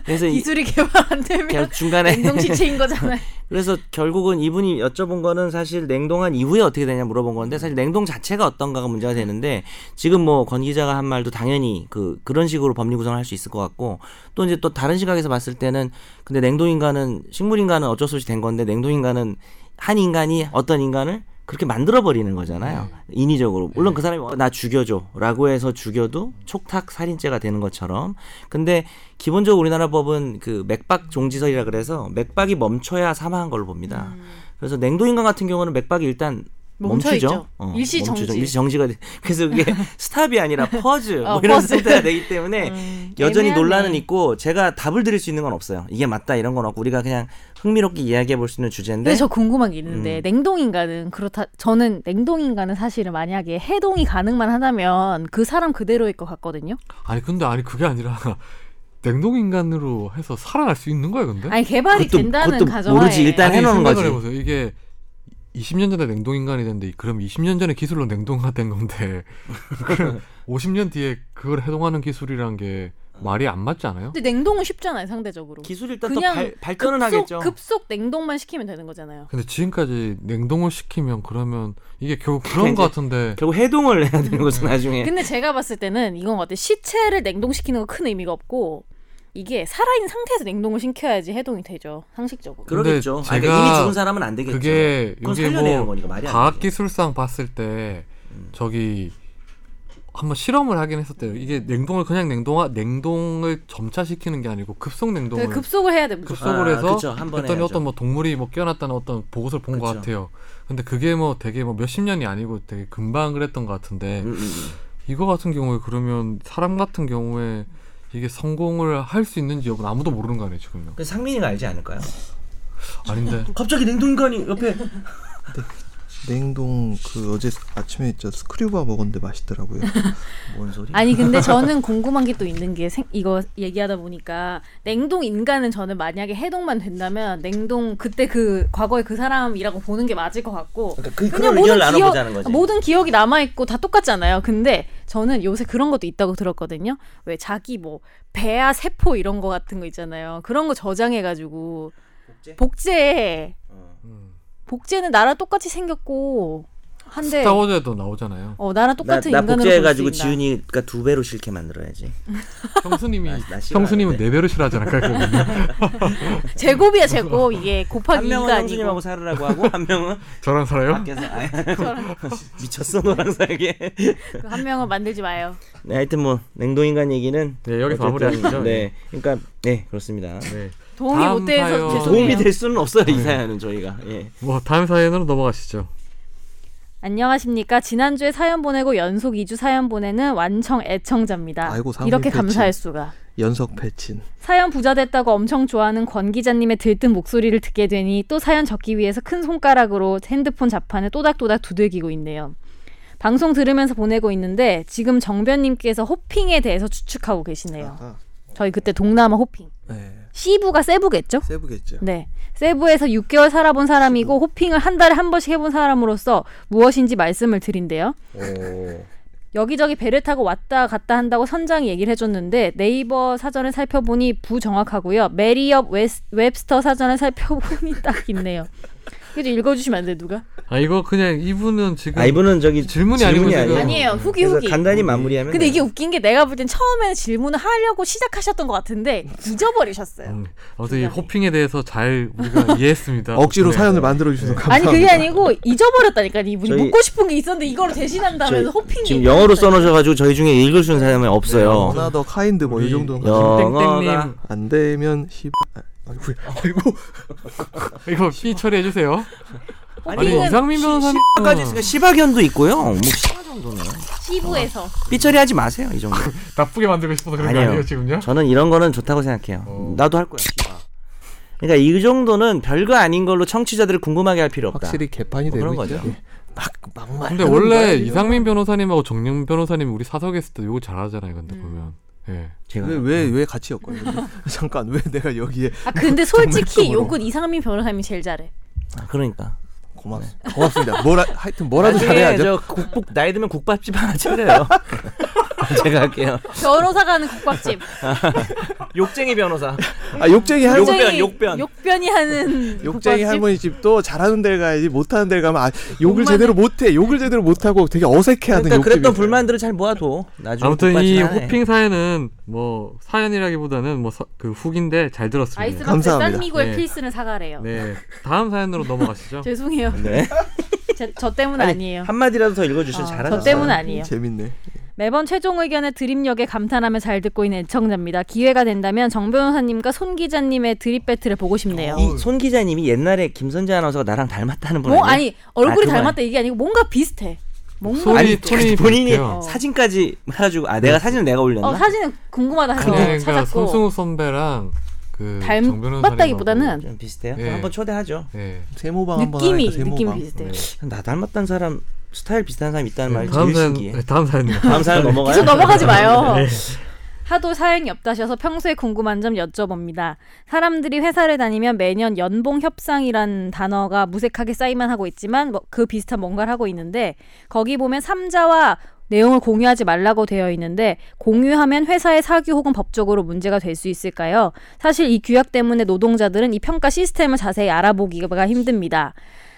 [SPEAKER 2] 그래서 이,
[SPEAKER 3] 기술이 개발 안 되면
[SPEAKER 2] 그냥 중간에
[SPEAKER 3] 냉동
[SPEAKER 2] <laughs>
[SPEAKER 3] 시체인 거잖아요.
[SPEAKER 2] 그래서 결국은 이분이 여쭤본 거는 사실 냉동한 이후에 어떻게 되냐 물어본 건데 사실 냉동 자체가 어떤가가 문제가 되는데 지금 뭐 권 기자가 한 말도 당연히 그 그런 식으로 법리 구성을 할 수 있을 것 같고 또 이제 또 다른 시각에서 봤을 때는 근데 냉동 인간은 식물 인간은 어쩔 수 없이 된 건데 냉동 인간은 한 인간이 어떤 인간을 그렇게 만들어 버리는 거잖아요.
[SPEAKER 3] 네.
[SPEAKER 2] 인위적으로. 물론 그 사람이 나 죽여줘라고 해서 죽여도 촉탁 살인죄가 되는 것처럼. 근데 기본적으로 우리나라 법은 그 맥박 종지설이라 그래서 맥박이 멈춰야 사망한 걸로 봅니다. 그래서 냉동인간 같은 경우는 맥박이 일단
[SPEAKER 3] 음. 멈춰
[SPEAKER 2] 멈추죠.
[SPEAKER 3] 있죠. 일시 정지.
[SPEAKER 2] 일시 정지가 돼. <laughs> 그래서
[SPEAKER 3] <laughs>
[SPEAKER 2] 그게 스탑이 아니라 퍼즈
[SPEAKER 3] 어,
[SPEAKER 2] 뭐 이런
[SPEAKER 3] 퍼즈.
[SPEAKER 2] 상태가 되기 때문에
[SPEAKER 3] 음,
[SPEAKER 2] 여전히
[SPEAKER 3] 애매하네.
[SPEAKER 2] 논란은 있고 제가 답을 드릴 수 있는 건 없어요. 이게 맞다 이런 건 없고 우리가 그냥 흥미롭게 이야기해 볼 수 있는 주제인데
[SPEAKER 3] 근데 저 궁금한
[SPEAKER 2] 음.
[SPEAKER 3] 게 있는데 냉동 인간은 그렇다 저는 냉동 인간은 사실은 만약에 해동이 가능만 하다면 그 사람 그대로일 것 같거든요.
[SPEAKER 1] 아니 근데 아니 그게 아니라 <laughs> 냉동 인간으로 해서 살아날 수 있는 거예요 근데?
[SPEAKER 3] 아니 개발이
[SPEAKER 2] 그것도-
[SPEAKER 3] 된다는
[SPEAKER 2] 그것도
[SPEAKER 3] 가정하에
[SPEAKER 2] 모르지, 일단 해놓은
[SPEAKER 1] 생각을
[SPEAKER 2] 거지.
[SPEAKER 1] 해보세요. 이게 20년 전에 냉동 인간이 됐는데 그럼 20년 전에 기술로 냉동화된 건데 <laughs> 그럼 50년 뒤에 그걸 해동하는 기술이란 게 말이 안 맞지 않아요?
[SPEAKER 3] 근데 냉동은 쉽잖아요 상대적으로.
[SPEAKER 2] 기술 일단 또
[SPEAKER 3] 그냥
[SPEAKER 2] 발, 발전은 하겠죠.
[SPEAKER 3] 급속 냉동만 시키면 되는 거잖아요.
[SPEAKER 1] 근데 지금까지 냉동을 시키면 그러면 이게 결국 그런
[SPEAKER 2] 이제
[SPEAKER 1] 것 같은데
[SPEAKER 2] 결국 해동을 해야 되는 거죠 나중에.
[SPEAKER 3] 음. 근데 제가 봤을 때는 이건 것 같아요. 시체를 냉동시키는 건 큰 의미가 없고 이게 살아있는 상태에서 냉동을 시켜야지 해동이 되죠 상식적으로.
[SPEAKER 1] 그-
[SPEAKER 2] 그러겠죠.
[SPEAKER 1] 근데 제가
[SPEAKER 2] 아니, 그러니까 이미 죽은 사람은 안 되겠죠.
[SPEAKER 1] 그게
[SPEAKER 2] 그건
[SPEAKER 1] 이게
[SPEAKER 2] 살려내는
[SPEAKER 1] 뭐
[SPEAKER 2] 거니까 말이 안
[SPEAKER 1] 과학
[SPEAKER 2] 되지. 음.
[SPEAKER 1] 기술상 봤을 때 저기 한번 실험을 하긴 했었대요. 이게 냉동을 그냥 냉동화 냉동을 점차시키는 게 아니고 급속 냉동을
[SPEAKER 3] 그러니까 급속을 해야 돼 무조건.
[SPEAKER 1] 급속을
[SPEAKER 2] 아,
[SPEAKER 1] 해서
[SPEAKER 2] 그쵸. 한번
[SPEAKER 1] 했더니
[SPEAKER 2] 해야죠.
[SPEAKER 1] 어떤 뭐 동물이 뭐 깨어났다는 어떤 보고서를 본 것
[SPEAKER 2] 그쵸.
[SPEAKER 1] 같아요. 근데 그게 뭐 되게 뭐 몇십 년이 아니고 되게 금방 그랬던 것 같은데
[SPEAKER 2] 음, 음, 음.
[SPEAKER 1] 이거 같은 경우에 그러면 사람 같은 경우에 이게 성공을 할 수 있는지 여부는 아무도 모르는 거 아니에요 지금요?
[SPEAKER 2] 그 상민이가 알지 않을까요?
[SPEAKER 1] 아닌데
[SPEAKER 2] 갑자기 냉동인간이 옆에
[SPEAKER 4] 냉동 그 어제 아침에 저 스크류바 먹었는데 <laughs> 맛있더라고요.
[SPEAKER 2] 뭔 소리?
[SPEAKER 3] 아니 근데 저는 궁금한 게 또 있는 게 생, 이거 얘기하다 보니까 냉동 인간은 저는 만약에 해동만 된다면 냉동 그때 그 과거의 그 사람이라고 보는 게 맞을 것 같고
[SPEAKER 2] 그러니까 그,
[SPEAKER 3] 왜냐면
[SPEAKER 2] 그런 의견을
[SPEAKER 3] 기억-
[SPEAKER 2] 나눠보자는 거지.
[SPEAKER 3] 모든 기억이 남아 있고 다 똑같잖아요. 근데 저는 요새 그런 것도 있다고 들었거든요. 왜 자기 뭐 배아 세포 이런 거 같은 거 있잖아요. 그런 거 저장해 가지고
[SPEAKER 2] 복제?
[SPEAKER 3] 복제
[SPEAKER 2] 어.
[SPEAKER 1] 음.
[SPEAKER 3] 복제는 나랑 똑같이 생겼고 한데
[SPEAKER 1] 스타워즈에도 나오잖아요.
[SPEAKER 2] <laughs>
[SPEAKER 3] 어 나랑
[SPEAKER 2] 나,
[SPEAKER 3] 똑같은
[SPEAKER 2] 나
[SPEAKER 3] 인간으로
[SPEAKER 2] 복제해가지고
[SPEAKER 3] 볼수 있나.
[SPEAKER 2] 지훈이가 두 배로 싫게 만들어야지.
[SPEAKER 1] 형수님이
[SPEAKER 2] 나- 나 싫어하는데.
[SPEAKER 1] 형수님은 네 배로 싫어하잖아.
[SPEAKER 2] <laughs>
[SPEAKER 1] 그러니까
[SPEAKER 3] 제곱이야 제곱 이게 곱하기
[SPEAKER 2] 한
[SPEAKER 3] 2가
[SPEAKER 2] 명은
[SPEAKER 3] 아니고
[SPEAKER 2] 형수님하고 살으라고 하고 한
[SPEAKER 3] <laughs>
[SPEAKER 2] 명은
[SPEAKER 1] <laughs> 저랑 살아요?
[SPEAKER 2] 밖에서 아예 그- <laughs> 미쳤어 너랑 살게.
[SPEAKER 3] 그한 명은 만들지 마요.
[SPEAKER 2] 네, 하여튼 뭐 냉동인간 얘기는
[SPEAKER 1] 네, 여기서
[SPEAKER 2] 어쨌든,
[SPEAKER 1] 마무리하시죠.
[SPEAKER 2] 네, 그러니까 네 그렇습니다.
[SPEAKER 1] 네.
[SPEAKER 3] 도움이
[SPEAKER 1] 다음
[SPEAKER 3] 못 돼서
[SPEAKER 1] 사연.
[SPEAKER 3] 죄송해요.
[SPEAKER 2] 도움이 될 수는 없어요 네. 이 사연은 저희가. 예.
[SPEAKER 1] 뭐 다음 사연으로 넘어가시죠.
[SPEAKER 3] 안녕하십니까. 지난주에 사연 보내고 연속 2주 사연 보내는 완청 애청자입니다.
[SPEAKER 4] 아이고, 상품
[SPEAKER 3] 이렇게
[SPEAKER 4] 패치.
[SPEAKER 3] 감사할 수가.
[SPEAKER 4] 연석 패친.
[SPEAKER 3] 사연 부자 됐다고 엄청 좋아하는 권 기자님의 들뜬 목소리를 듣게 되니 또 사연 적기 위해서 큰 손가락으로 핸드폰 자판을 또닥또닥 두들기고 있네요. 방송 들으면서 보내고 있는데 지금 정변님께서 호핑에 대해서 추측하고 계시네요.
[SPEAKER 4] 아하.
[SPEAKER 3] 저희 그때 동남아 호핑.
[SPEAKER 4] 네.
[SPEAKER 3] 시부가 세부겠죠?
[SPEAKER 4] 세부겠죠.
[SPEAKER 3] 네. 세부에서 6개월 살아본
[SPEAKER 2] 음.
[SPEAKER 3] 사람이고 호핑을 한 달에 한 번씩 해본 사람으로서 무엇인지 말씀을 드린대요.
[SPEAKER 2] 오.
[SPEAKER 3] 여기저기 배를 타고 왔다 갔다 한다고 선장이 얘기를 해줬는데 네이버 사전을 살펴보니 부정확하고요. 메리업 웨스, 웹스터 사전을 살펴보니 <laughs> 딱 있네요. 이거 좀 읽어주시면 안 돼요, 누가?
[SPEAKER 1] 아 이거 그냥 이분은 지금
[SPEAKER 2] 아 이분은 저기
[SPEAKER 1] 질문이 아니고 지금- 네.
[SPEAKER 2] 아니에요.
[SPEAKER 3] 아니에요. 후기
[SPEAKER 2] 음. 그래서
[SPEAKER 3] 후기.
[SPEAKER 2] 간단히 마무리하면.
[SPEAKER 3] 근데 이게
[SPEAKER 2] 돼요.
[SPEAKER 3] 웃긴 게 내가 볼 땐 처음에는 질문을 하려고 시작하셨던 것 같은데 잊어버리셨어요.
[SPEAKER 1] 음, 아무튼 이 호핑에 대해서 잘
[SPEAKER 2] <laughs>
[SPEAKER 1] 우리가 이해했습니다.
[SPEAKER 4] 억지로
[SPEAKER 1] 네.
[SPEAKER 4] 사연을 만들어 주셔서
[SPEAKER 3] 아니
[SPEAKER 4] 감사합니다.
[SPEAKER 3] 그게 아니고 잊어버렸다니까 이분이
[SPEAKER 2] 저희-
[SPEAKER 3] 묻고 싶은 게 있었는데 이걸 대신한다면서
[SPEAKER 2] 저희
[SPEAKER 3] 호핑이
[SPEAKER 2] 지금 영어로 써놓으셔가지고 저희 중에 읽을 수 있는 사람이 없어요.
[SPEAKER 4] 하나 더 카인드 뭐 이
[SPEAKER 1] 우리
[SPEAKER 4] 정도는
[SPEAKER 2] 여-
[SPEAKER 4] 가지.
[SPEAKER 1] 땡땡님
[SPEAKER 2] 영어가-
[SPEAKER 4] 안 되면 시 아, 아이고 아이고
[SPEAKER 1] 이거 삐 처리해 주세요. 아니
[SPEAKER 3] 호핑은
[SPEAKER 1] 이상민 변호사님 어,
[SPEAKER 2] 까지 있으니까 시바견도 있고요. 뭐 시바 정도는
[SPEAKER 3] 시부에서
[SPEAKER 2] 삐처리하지 마세요 이 정도.
[SPEAKER 1] 나쁘게 만들고 싶어서 그런 거
[SPEAKER 2] 아니에요.
[SPEAKER 1] 아, 아니에요 지금요?
[SPEAKER 2] 저는 이런 거는 좋다고 생각해요.
[SPEAKER 1] 어.
[SPEAKER 2] 나도 할 거야. 시바. 그러니까 이 정도는 별거 아닌 걸로 청취자들을 궁금하게 할 필요 없다.
[SPEAKER 4] 확실히 개판이
[SPEAKER 2] 뭐
[SPEAKER 4] 되고
[SPEAKER 2] 그런
[SPEAKER 4] 있죠.
[SPEAKER 2] 거죠.
[SPEAKER 4] 예. 막 막말.
[SPEAKER 1] 근데 원래 이상민 변호사님하고 정영 변호사님 우리 사석에 있을 때 요거 잘하잖아요. 근데
[SPEAKER 3] 음.
[SPEAKER 1] 보면 예.
[SPEAKER 2] 제가
[SPEAKER 4] 왜왜 왜 같이 엮어요? <laughs> 잠깐 왜 내가 여기에
[SPEAKER 3] 아 근데 솔직히
[SPEAKER 4] 정말
[SPEAKER 3] 욕은 이상민 변호사님이 제일 잘해.
[SPEAKER 2] 아, 그러니까.
[SPEAKER 4] 고맙 고맙습니다. 뭐라 하여튼 뭐라도
[SPEAKER 2] 나중에
[SPEAKER 4] 잘해야죠.
[SPEAKER 2] 저 국복 나이 들면 국밥집 하나 차려요. <laughs> 제가 할게요.
[SPEAKER 3] 변호사가 하는 국밥집.
[SPEAKER 2] 욕쟁이 변호사.
[SPEAKER 4] 아 욕쟁이 할
[SPEAKER 2] 욕- 욕변,
[SPEAKER 3] 굉장히
[SPEAKER 2] 욕변.
[SPEAKER 3] 욕변이 하는
[SPEAKER 4] 욕쟁이
[SPEAKER 3] 국밥집.
[SPEAKER 4] 할머니 집도 잘하는 데를 가야지 못하는 데를 가면 아, 욕을
[SPEAKER 3] 욕만
[SPEAKER 4] 제대로 못해 욕을 제대로 못하고 되게 어색해하는
[SPEAKER 2] 그러니까 그랬던
[SPEAKER 4] 욕집이에요.
[SPEAKER 2] 불만들을 잘 모아둬. 나중에
[SPEAKER 1] 아무튼
[SPEAKER 2] 국밥집
[SPEAKER 1] 이
[SPEAKER 2] 하나 해.
[SPEAKER 1] 호핑 사연은 뭐 사연이라기보다는 뭐 그 후기인데 잘 들었습니다.
[SPEAKER 3] 아이스박스
[SPEAKER 4] 감사합니다.
[SPEAKER 3] 싼미고의
[SPEAKER 1] 네.
[SPEAKER 3] 필스는 사가래요.
[SPEAKER 1] 네. 다음 사연으로 넘어가시죠.
[SPEAKER 3] 죄송해요.
[SPEAKER 2] 네.
[SPEAKER 3] 제, 저 때문
[SPEAKER 2] 아니,
[SPEAKER 3] 아니에요.
[SPEAKER 2] 한마디라도 더 읽어주시면
[SPEAKER 3] 아,
[SPEAKER 2] 잘하죠.
[SPEAKER 3] 저 때문은 아니에요.
[SPEAKER 4] 재밌네.
[SPEAKER 3] 매번 최종 의견의 드립력에 감탄하며 잘 듣고 있는 애청자입니다. 기회가 된다면 정 변호사님과 손 기자님의 드립 배틀을 보고 싶네요.
[SPEAKER 2] 어, 이손 기자님이 옛날에 김선재 아나운서가 나랑 닮았다는 분
[SPEAKER 3] 뭐
[SPEAKER 2] 아니에요?
[SPEAKER 3] 아니 얼굴이
[SPEAKER 2] 그만.
[SPEAKER 3] 닮았다 이게 아니고 뭔가 비슷해. 뭔가
[SPEAKER 1] 소리-
[SPEAKER 2] 아니
[SPEAKER 1] 톤이
[SPEAKER 2] 본인이
[SPEAKER 1] 비슷해요. 네.
[SPEAKER 2] 사진까지 해가지고 아 내가 사진을 내가 올렸나?
[SPEAKER 3] 어 사진은 궁금하다 해서
[SPEAKER 1] 그러니까
[SPEAKER 3] 찾았고
[SPEAKER 1] 손승우 선배랑 그
[SPEAKER 3] 닮았다기보다는
[SPEAKER 2] 좀 비슷해요.
[SPEAKER 1] 예.
[SPEAKER 2] 한번 초대하죠.
[SPEAKER 1] 네.
[SPEAKER 4] 세모방 한번
[SPEAKER 3] 느낌이
[SPEAKER 4] 하니까
[SPEAKER 3] 느낌이
[SPEAKER 4] 세모방.
[SPEAKER 3] 비슷해요.
[SPEAKER 2] 나 닮았다는 사람 스타일 비슷한 사람 있다는 말이
[SPEAKER 1] 다음
[SPEAKER 2] 제일
[SPEAKER 1] 사연
[SPEAKER 2] 신기해.
[SPEAKER 1] 네, 다음 사연입니다.
[SPEAKER 2] 다음 사연 넘어가요.
[SPEAKER 4] 네.
[SPEAKER 3] 계속 넘어가지 마요.
[SPEAKER 1] 네.
[SPEAKER 3] 하도 사연이 없다셔서 평소에 궁금한 점 여쭤봅니다. 사람들이 회사를 다니면 매년 연봉 협상이란 단어가 무색하게 쌓이만 하고 있지만 뭐 그 비슷한 뭔가를 하고 있는데 거기 보면 삼자와 내용을 공유하지 말라고 되어 있는데 공유하면 회사의 사규 혹은 법적으로 문제가 될 수 있을까요? 사실 이 규약 때문에 노동자들은 이 평가 시스템을 자세히 알아보기가 힘듭니다.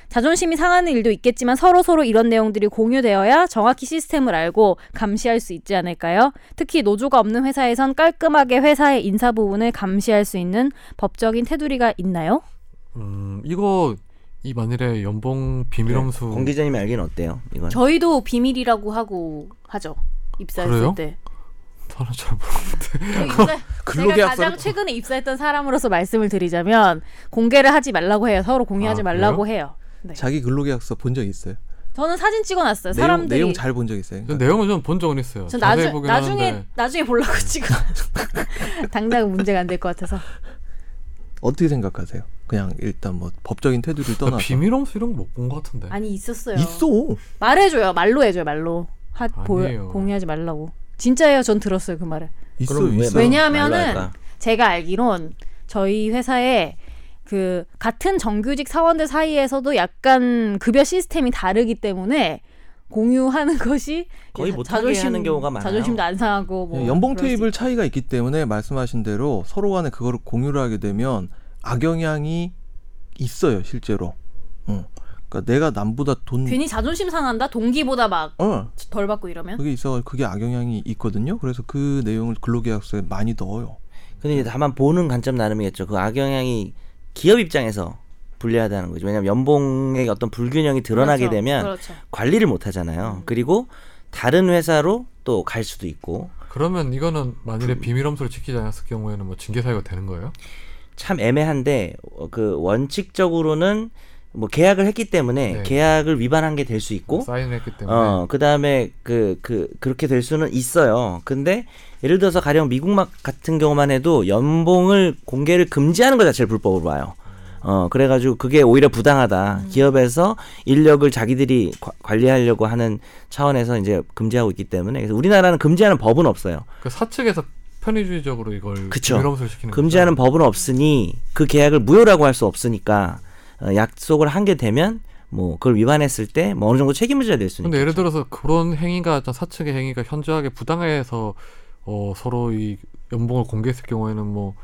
[SPEAKER 3] 자존심이 상하는 일도 있겠지만 서로 서로 이런 내용들이 공유되어야 정확히 시스템을 알고 감시할 수 있지 않을까요? 특히 노조가 없는 회사에선 깔끔하게 회사의 인사 부분을 감시할 수 있는 법적인 테두리가 있나요?
[SPEAKER 1] 음, 이거 이 만일에 연봉 비밀엄수
[SPEAKER 2] 네, 공 기자님이 알기는 어때요? 이건
[SPEAKER 3] 저희도 비밀이라고 하고 하죠. 입사했을
[SPEAKER 1] 그래요?
[SPEAKER 3] 때. 네,
[SPEAKER 1] 저는 잘 모르-
[SPEAKER 4] 네. <laughs> 근로계약서를-
[SPEAKER 3] 제가 가장 최근에 입사했던 사람으로서 말씀을 드리자면 공개를 하지 말라고 해요. 서로 공유하지
[SPEAKER 1] 아,
[SPEAKER 3] 말라고 해요. 네.
[SPEAKER 4] 자기 근로계약서 본 적 있어요?
[SPEAKER 3] 저는 사진 찍어놨어요.
[SPEAKER 4] 내용-
[SPEAKER 3] 사람들이
[SPEAKER 4] 내용 잘 본 적 있어요. 그러니까
[SPEAKER 1] 전 내용은 좀 본 적은 있어요.
[SPEAKER 3] 전
[SPEAKER 1] 자세히 네.
[SPEAKER 3] 나중,
[SPEAKER 1] 보긴
[SPEAKER 3] 나중에
[SPEAKER 1] 하는데.
[SPEAKER 3] <laughs> 나중에 보려고 지금 당장 문제가 안 될 것 같아서
[SPEAKER 4] 어떻게 생각하세요? 그냥 일단 뭐 법적인
[SPEAKER 2] 아,
[SPEAKER 4] 테두리를
[SPEAKER 1] 나
[SPEAKER 4] 떠나서
[SPEAKER 1] 비밀엄수 이런 거 못 본 것 같은데.
[SPEAKER 3] 아니 있었어요.
[SPEAKER 4] 있어.
[SPEAKER 3] 말해줘요. 말로 해줘요. 말로. 하, 보,
[SPEAKER 1] 아니에요.
[SPEAKER 3] 공유하지 말라고. 진짜예요. 전 들었어요 그 말을.
[SPEAKER 4] 있어.
[SPEAKER 2] 그럼 왜
[SPEAKER 4] 있어.
[SPEAKER 2] 말로
[SPEAKER 3] 왜냐하면은
[SPEAKER 2] 할까?
[SPEAKER 3] 제가 알기론 저희 회사에 그 같은 정규직 사원들 사이에서도 약간 급여 시스템이 다르기 때문에 공유하는 <laughs> 것이
[SPEAKER 2] 거의
[SPEAKER 3] 자-
[SPEAKER 2] 못하게 하는 경우가 많아요.
[SPEAKER 3] 자존심도 안 상하고 뭐
[SPEAKER 4] 네, 연봉
[SPEAKER 3] 그럴 수
[SPEAKER 4] 테이블
[SPEAKER 3] 있-
[SPEAKER 4] 차이가 있기 때문에 말씀하신 대로 서로 간에 그거를 공유를 하게 되면 악영향이 있어요 실제로. 응. 그러니까 내가 남보다 돈
[SPEAKER 3] 괜히 자존심 상한다. 동기보다 막 덜
[SPEAKER 4] 어.
[SPEAKER 3] 받고 이러면
[SPEAKER 4] 그게 있어 그게 악영향이 있거든요. 그래서 그 내용을 근로계약서에 많이 넣어요.
[SPEAKER 2] 근데 이제 다만 보는 관점 나름이겠죠. 그 악영향이 기업 입장에서 불리하다는 거죠. 왜냐하면 연봉의 어떤 불균형이 드러나게
[SPEAKER 3] 그렇죠.
[SPEAKER 2] 되면
[SPEAKER 3] 그렇죠.
[SPEAKER 2] 관리를 못 하잖아요. 그리고 다른 회사로 또 갈 수도 있고
[SPEAKER 1] 그러면 이거는 만일에 비밀엄수를 지키지 않았을 경우에는 뭐 징계 사유가 되는 거예요?
[SPEAKER 2] 참 애매한데 어, 그 원칙적으로는 뭐 계약을 했기 때문에
[SPEAKER 1] 네.
[SPEAKER 2] 계약을 위반한 게 될 수 있고
[SPEAKER 1] 사인을 했기 때문에.
[SPEAKER 2] 어, 그다음에 그, 그, 그렇게 될 수는 있어요. 근데 예를 들어서 가령 미국 막 같은 경우만 해도 연봉을 공개를 금지하는 것 자체를 불법으로 봐요. 어, 그래가지고 그게 오히려
[SPEAKER 1] 음.
[SPEAKER 2] 부당하다. 기업에서 인력을 자기들이 과- 관리하려고 하는 차원에서 이제 금지하고 있기 때문에. 그래서 우리나라는 금지하는 법은 없어요.
[SPEAKER 1] 그 사측에서 편의주의적으로 이걸
[SPEAKER 2] 그쵸.
[SPEAKER 1] 비밀엄수를 시키는
[SPEAKER 2] 금지하는
[SPEAKER 1] 거죠.
[SPEAKER 2] 법은 없으니 그 계약을 무효라고 할 수 없으니까 어, 약속을 한 게 되면 뭐 그걸 위반했을 때 뭐 어느 정도 책임을 져야 될 수는
[SPEAKER 1] 근데 예를
[SPEAKER 2] 있겠죠.
[SPEAKER 1] 들어서 그런 행위가 어떤 사측의 행위가 현저하게 부당해서 어, 서로 이 연봉을 공개했을 경우에는 뭐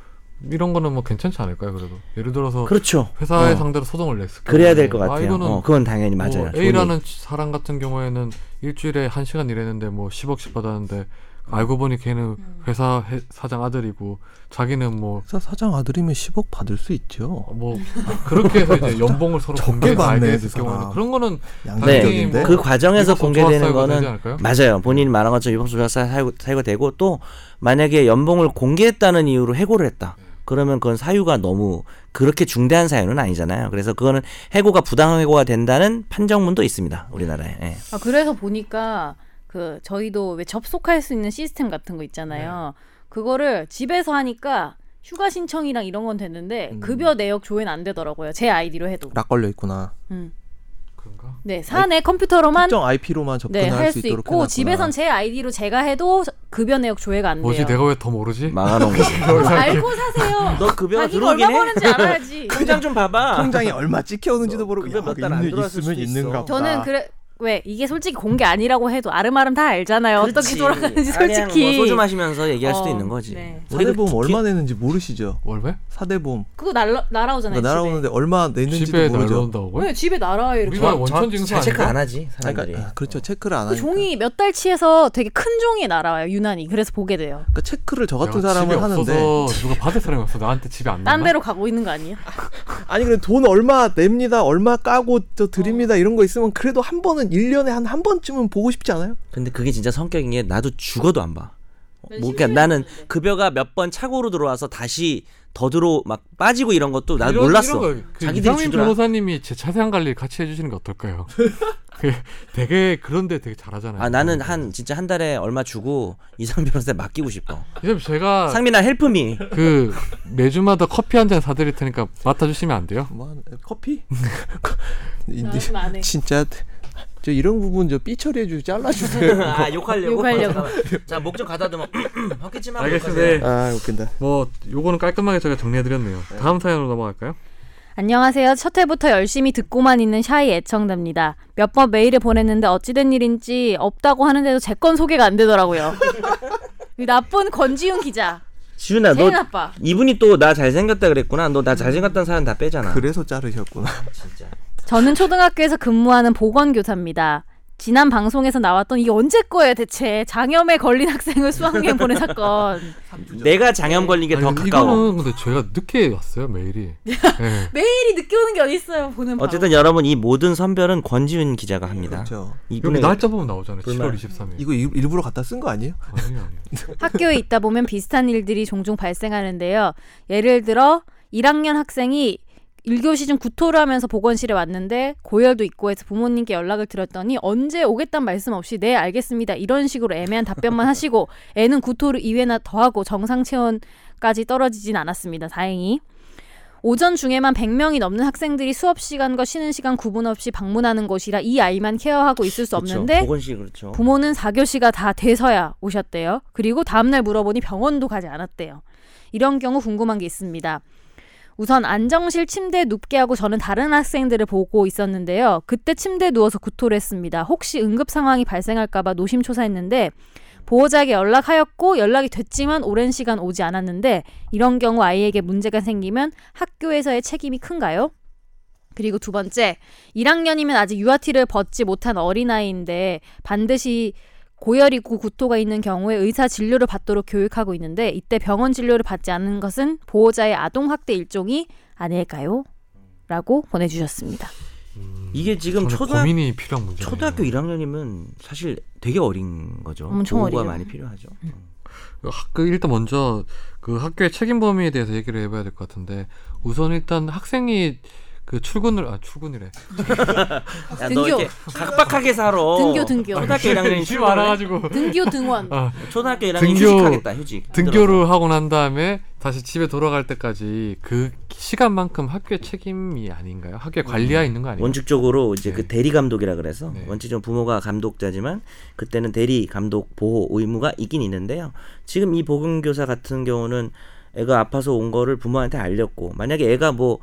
[SPEAKER 1] 이런 거는 뭐 괜찮지 않을까요? 그래도 예를 들어서
[SPEAKER 2] 그렇죠.
[SPEAKER 1] 회사의
[SPEAKER 2] 어.
[SPEAKER 1] 상대로 소송을 냈을 경우에
[SPEAKER 2] 그래야 될 것
[SPEAKER 1] 아,
[SPEAKER 2] 같아요.
[SPEAKER 1] 이거는
[SPEAKER 2] 어, 그건 당연히 맞아요.
[SPEAKER 1] 뭐
[SPEAKER 2] 좋은
[SPEAKER 1] A라는 사람 같은 경우에는 일주일에 한 시간 일했는데 뭐 10억씩 받았는데 알고 보니 걔는
[SPEAKER 3] 음.
[SPEAKER 1] 회사 해- 사장 아들이고 자기는 뭐 뭐
[SPEAKER 4] 회사 사장 아들이면 10억 받을 수 있죠.
[SPEAKER 1] 그렇게 해서 이제 연봉을 서로
[SPEAKER 4] 적게
[SPEAKER 1] 공개해서
[SPEAKER 4] 받네,
[SPEAKER 1] 알게 됐을
[SPEAKER 4] 그
[SPEAKER 1] 경우에는
[SPEAKER 4] 사람.
[SPEAKER 1] 그런 거는
[SPEAKER 2] 네,
[SPEAKER 4] 양적인데
[SPEAKER 1] 당연히
[SPEAKER 2] 그 과정에서
[SPEAKER 1] 이거
[SPEAKER 2] 공개되는
[SPEAKER 1] 공소할 사유가 되지
[SPEAKER 2] 거는
[SPEAKER 1] 않을까요?
[SPEAKER 2] 맞아요. 본인이 말한 것처럼 위법 조사 사유- 사유가 되고 또 만약에 연봉을 공개했다는 이유로 해고를 했다. 그러면 그건 사유가 너무 그렇게 중대한 사유는 아니잖아요. 그래서 그거는 해고가 부당한 해고가 된다는 판정문도 있습니다. 우리나라에. 예.
[SPEAKER 3] 아 그래서 보니까 그 저희도 왜 접속할 수 있는 시스템 같은 거 있잖아요. 그거를 집에서 하니까 휴가 신청이랑 이런 건 됐는데
[SPEAKER 4] 음.
[SPEAKER 3] 급여 내역 조회는 안 되더라고요. 제 아이디로 해도.
[SPEAKER 4] 락 걸려 있구나.
[SPEAKER 3] 음.
[SPEAKER 1] 그런가?
[SPEAKER 3] 네, 사내 컴퓨터로만
[SPEAKER 4] 특정 IP로만
[SPEAKER 3] 네,
[SPEAKER 4] 접근할
[SPEAKER 3] 할
[SPEAKER 4] 수
[SPEAKER 3] 수
[SPEAKER 4] 있도록
[SPEAKER 3] 있고
[SPEAKER 4] 해놨구나.
[SPEAKER 3] 집에선 제 아이디로 제가 해도 저- 급여 내역 조회가 안 돼요.
[SPEAKER 1] 뭐지 내가 왜 더 모르지?
[SPEAKER 2] 망하는 거지.
[SPEAKER 3] 그거 알고 사세요.
[SPEAKER 2] <laughs> 너 급여가
[SPEAKER 3] 자기가 얼마
[SPEAKER 2] 들어오긴 해. 그러니까. <laughs>
[SPEAKER 3] 버는지 알아야지. 그
[SPEAKER 2] 통장 좀 봐봐.
[SPEAKER 4] <laughs> 통장에 얼마 찍혀오는지도 모르고
[SPEAKER 2] 그게
[SPEAKER 4] 야,
[SPEAKER 2] 몇달안
[SPEAKER 4] 있는-
[SPEAKER 2] 들어왔을 수도
[SPEAKER 4] 있으면
[SPEAKER 2] 있어.
[SPEAKER 4] 있는가 보다.
[SPEAKER 3] 저는 그래 왜 이게 솔직히 공개 아니라고 해도 아름아름 다 알잖아요. 어떻게
[SPEAKER 2] 그렇지.
[SPEAKER 3] 돌아가는지
[SPEAKER 2] 그냥
[SPEAKER 3] 솔직히.
[SPEAKER 2] 뭐 소주 마시면서 얘기할 수도
[SPEAKER 3] 어,
[SPEAKER 2] 있는 거지.
[SPEAKER 3] 네.
[SPEAKER 4] 사대보험 얼마 내는지 모르시죠?
[SPEAKER 1] 월배?
[SPEAKER 4] 사대보험
[SPEAKER 3] 그거 날라 날아오잖아요. 네,
[SPEAKER 4] 그러니까
[SPEAKER 3] 집에.
[SPEAKER 4] 날아오는데 얼마
[SPEAKER 1] 집에
[SPEAKER 4] 내는지도 모르죠.
[SPEAKER 1] 날려온다고요?
[SPEAKER 3] 왜 집에 날아요 이렇게.
[SPEAKER 1] 어? 우리가 원천
[SPEAKER 2] 저-
[SPEAKER 1] 징수
[SPEAKER 2] 잘 체크
[SPEAKER 1] 아닌가?
[SPEAKER 2] 안 하지
[SPEAKER 4] 아,
[SPEAKER 2] 사람들이.
[SPEAKER 4] 그러니까 아, 그렇죠 체크를 안
[SPEAKER 3] 그
[SPEAKER 4] 하니까.
[SPEAKER 3] 종이 몇 달치에서 되게 큰 종이 날아와요 유난히. 그래서 보게 돼요.
[SPEAKER 4] 그러니까 체크를 저
[SPEAKER 1] 내가
[SPEAKER 4] 같은
[SPEAKER 1] 집에
[SPEAKER 4] 사람은 하는데
[SPEAKER 1] 없어서 누가 받을 사람이 없어 나한테 집에 안
[SPEAKER 3] 딴
[SPEAKER 1] 나나?
[SPEAKER 3] 데로 가고 있는 거 아니에요?
[SPEAKER 4] 아니 그래 돈 얼마 냅니다 얼마 까고 저 드립니다 이런 거 있으면 그래도 한 번은 1년에 한 한 번쯤은 보고 싶지 않아요?
[SPEAKER 2] 근데 그게 진짜 성격인 게 나도 죽어도 안 봐.
[SPEAKER 3] 난
[SPEAKER 2] 뭐, 그러니까
[SPEAKER 3] 심심해서
[SPEAKER 2] 나는
[SPEAKER 3] 그런데.
[SPEAKER 2] 급여가 몇 번 착오로 들어와서 다시 더 들어 막 빠지고 이런 것도 나
[SPEAKER 1] 이런-
[SPEAKER 2] 아, 몰랐어.
[SPEAKER 1] 이런 거, 그
[SPEAKER 2] 자기들이
[SPEAKER 1] 이상민
[SPEAKER 2] 주더라.
[SPEAKER 1] 변호사님이 제 자세한 관리를 같이 해주시는 게
[SPEAKER 2] <laughs>
[SPEAKER 1] 어떨까요? 그 되게 그런데 되게 잘하잖아요.
[SPEAKER 2] 아 나는 한 진짜 한 달에 얼마 주고 이상 변호사에 맡기고 싶어.
[SPEAKER 1] 이제 제가
[SPEAKER 2] 상민아 헬프미.
[SPEAKER 1] 그 매주마다 커피 한 잔 사드릴 테니까 맡아주시면 안 돼요?
[SPEAKER 4] 뭐 한-
[SPEAKER 3] <laughs>
[SPEAKER 4] 커피?
[SPEAKER 3] 나
[SPEAKER 4] 근데
[SPEAKER 3] 지금 안 해.
[SPEAKER 4] 진짜 저 이런 부분 저 삐 처리해 주고 잘라 주세요.
[SPEAKER 2] 아 욕하려고.
[SPEAKER 3] 욕하려고.
[SPEAKER 2] 자 목 좀 가다 두면 <clears throat> 헛기침 하고 욕하세요.
[SPEAKER 1] 알겠습니다. 예. 네.
[SPEAKER 4] 아 웃긴다.
[SPEAKER 1] 뭐 요거는 깔끔하게 제가 정리해드렸네요. 다음 사연으로 넘어갈까요?
[SPEAKER 3] 안녕하세요. 첫 회부터 열심히 듣고만 있는 샤이 애청자입니다. 몇 번 메일을 보냈는데 어찌된 일인지 없다고 하는데도 제 건 소개가 안 되더라고요. <laughs> 이 나쁜 권지윤 기자.
[SPEAKER 2] 지훈아 너
[SPEAKER 3] 제일 나빠.
[SPEAKER 2] 이분이 또 나 잘생겼다 그랬구나. 너 나 잘생겼다는 사람 다 빼잖아.
[SPEAKER 4] <laughs> 그래서 자르셨구나.
[SPEAKER 2] 음.
[SPEAKER 4] <laughs>
[SPEAKER 2] 진짜.
[SPEAKER 3] 저는 초등학교에서 근무하는 보건교사입니다. 지난 방송에서 나왔던 이게 언제 거예요 대체 장염에 걸린 학생을 수학여행 보낸 <laughs> 사건
[SPEAKER 2] 내가 장염 걸린 게 더
[SPEAKER 1] 아니,
[SPEAKER 2] 가까워.
[SPEAKER 1] 이거는 근데 제가 늦게 왔어요 메일이. 예.
[SPEAKER 3] 매일이 늦게 오는 게 어딨어요 보는 바로.
[SPEAKER 2] 어쨌든 여러분 이 모든 선별은 권지훈 기자가 합니다.
[SPEAKER 4] 그렇죠.
[SPEAKER 1] 여기
[SPEAKER 2] 이분의
[SPEAKER 1] 날짜 보면 나오잖아요.
[SPEAKER 2] 불만.
[SPEAKER 1] 7월 23일.
[SPEAKER 4] 이거 일- 일부러 갖다 쓴 거 아니에요?
[SPEAKER 1] 아니요 아니요.
[SPEAKER 3] 학교에 있다 보면 비슷한 일들이 종종 발생하는데요. 예를 들어 1학년 학생이 1교시 중 구토를 하면서 보건실에 왔는데 고열도 있고 해서 부모님께 연락을 드렸더니 언제 오겠단 말씀 없이 네 알겠습니다 이런 식으로 애매한 답변만 하시고 애는 구토를 2회나 더하고 정상 체온까지 떨어지진 않았습니다 다행히 오전 중에만 100명이 넘는 학생들이 수업 시간과 쉬는 시간 구분 없이 방문하는 곳이라 이 아이만 케어하고 있을 수 없는데
[SPEAKER 2] 보건실 그렇죠.
[SPEAKER 3] 부모는 4교시가 다 돼서야 오셨대요. 그리고 다음날 물어보니 병원도 가지 않았대요. 이런 경우 궁금한 게 있습니다. 우선 안정실 침대에 눕게 하고 저는 다른 학생들을 보고 있었는데요. 그때 침대에 누워서 구토를 했습니다. 혹시 응급 상황이 발생할까봐 노심초사했는데 보호자에게 연락하였고 연락이 됐지만 오랜 시간 오지 않았는데 이런 경우 아이에게 문제가 생기면 학교에서의 책임이 큰가요? 그리고 두 번째, 1학년이면 아직 유아티를 벗지 못한 어린아이인데 반드시 고열이고 구토가 있는 경우에 의사 진료를 받도록 교육하고 있는데 이때 병원 진료를 받지 않는 것은 보호자의 아동 학대 일종이 아닐까요? 라고 보내주셨습니다.
[SPEAKER 2] 이게 지금
[SPEAKER 1] 저는
[SPEAKER 2] 초등학,
[SPEAKER 1] 고민이 필요한 문제.
[SPEAKER 2] 초등학교 1학년이면 사실 되게 어린 거죠.
[SPEAKER 3] 엄청
[SPEAKER 2] 보호가
[SPEAKER 3] 어리죠. 음.
[SPEAKER 2] 많이 필요하죠.
[SPEAKER 1] 그 학교 일단 먼저 그 학교의 책임 범위에 대해서 얘기를 해봐야 될 것 같은데 우선 일단 학생이 그 출근을 아 출근이래.
[SPEAKER 2] 야,
[SPEAKER 3] 아, 등교.
[SPEAKER 2] 너 이렇게 각박하게 살아.
[SPEAKER 3] 등교, 등교.
[SPEAKER 2] 초등학교
[SPEAKER 1] <laughs>
[SPEAKER 2] 1학년이
[SPEAKER 1] 지
[SPEAKER 2] 출근을 해?
[SPEAKER 1] 많아가지고
[SPEAKER 3] 등교 등원.
[SPEAKER 1] 아,
[SPEAKER 2] 초등학교 1학년
[SPEAKER 1] 등교-
[SPEAKER 2] 휴직하겠다 휴직.
[SPEAKER 1] 등교를 하고 난 다음에 다시 집에 돌아갈 때까지 그 시간만큼 학교의 책임이 아닌가요? 학교의
[SPEAKER 2] 음.
[SPEAKER 1] 관리하 있는 거 아닌가요?
[SPEAKER 2] 원칙적으로 이제
[SPEAKER 1] 네.
[SPEAKER 2] 그 대리 감독이라 그래서
[SPEAKER 1] 네.
[SPEAKER 2] 원칙적으로 부모가 감독자지만 그때는 대리 감독 보호 의무가 있긴 있는데요. 지금 이 보건교사 같은 경우는 애가 아파서 온 거를 부모한테 알렸고 만약에 애가 뭐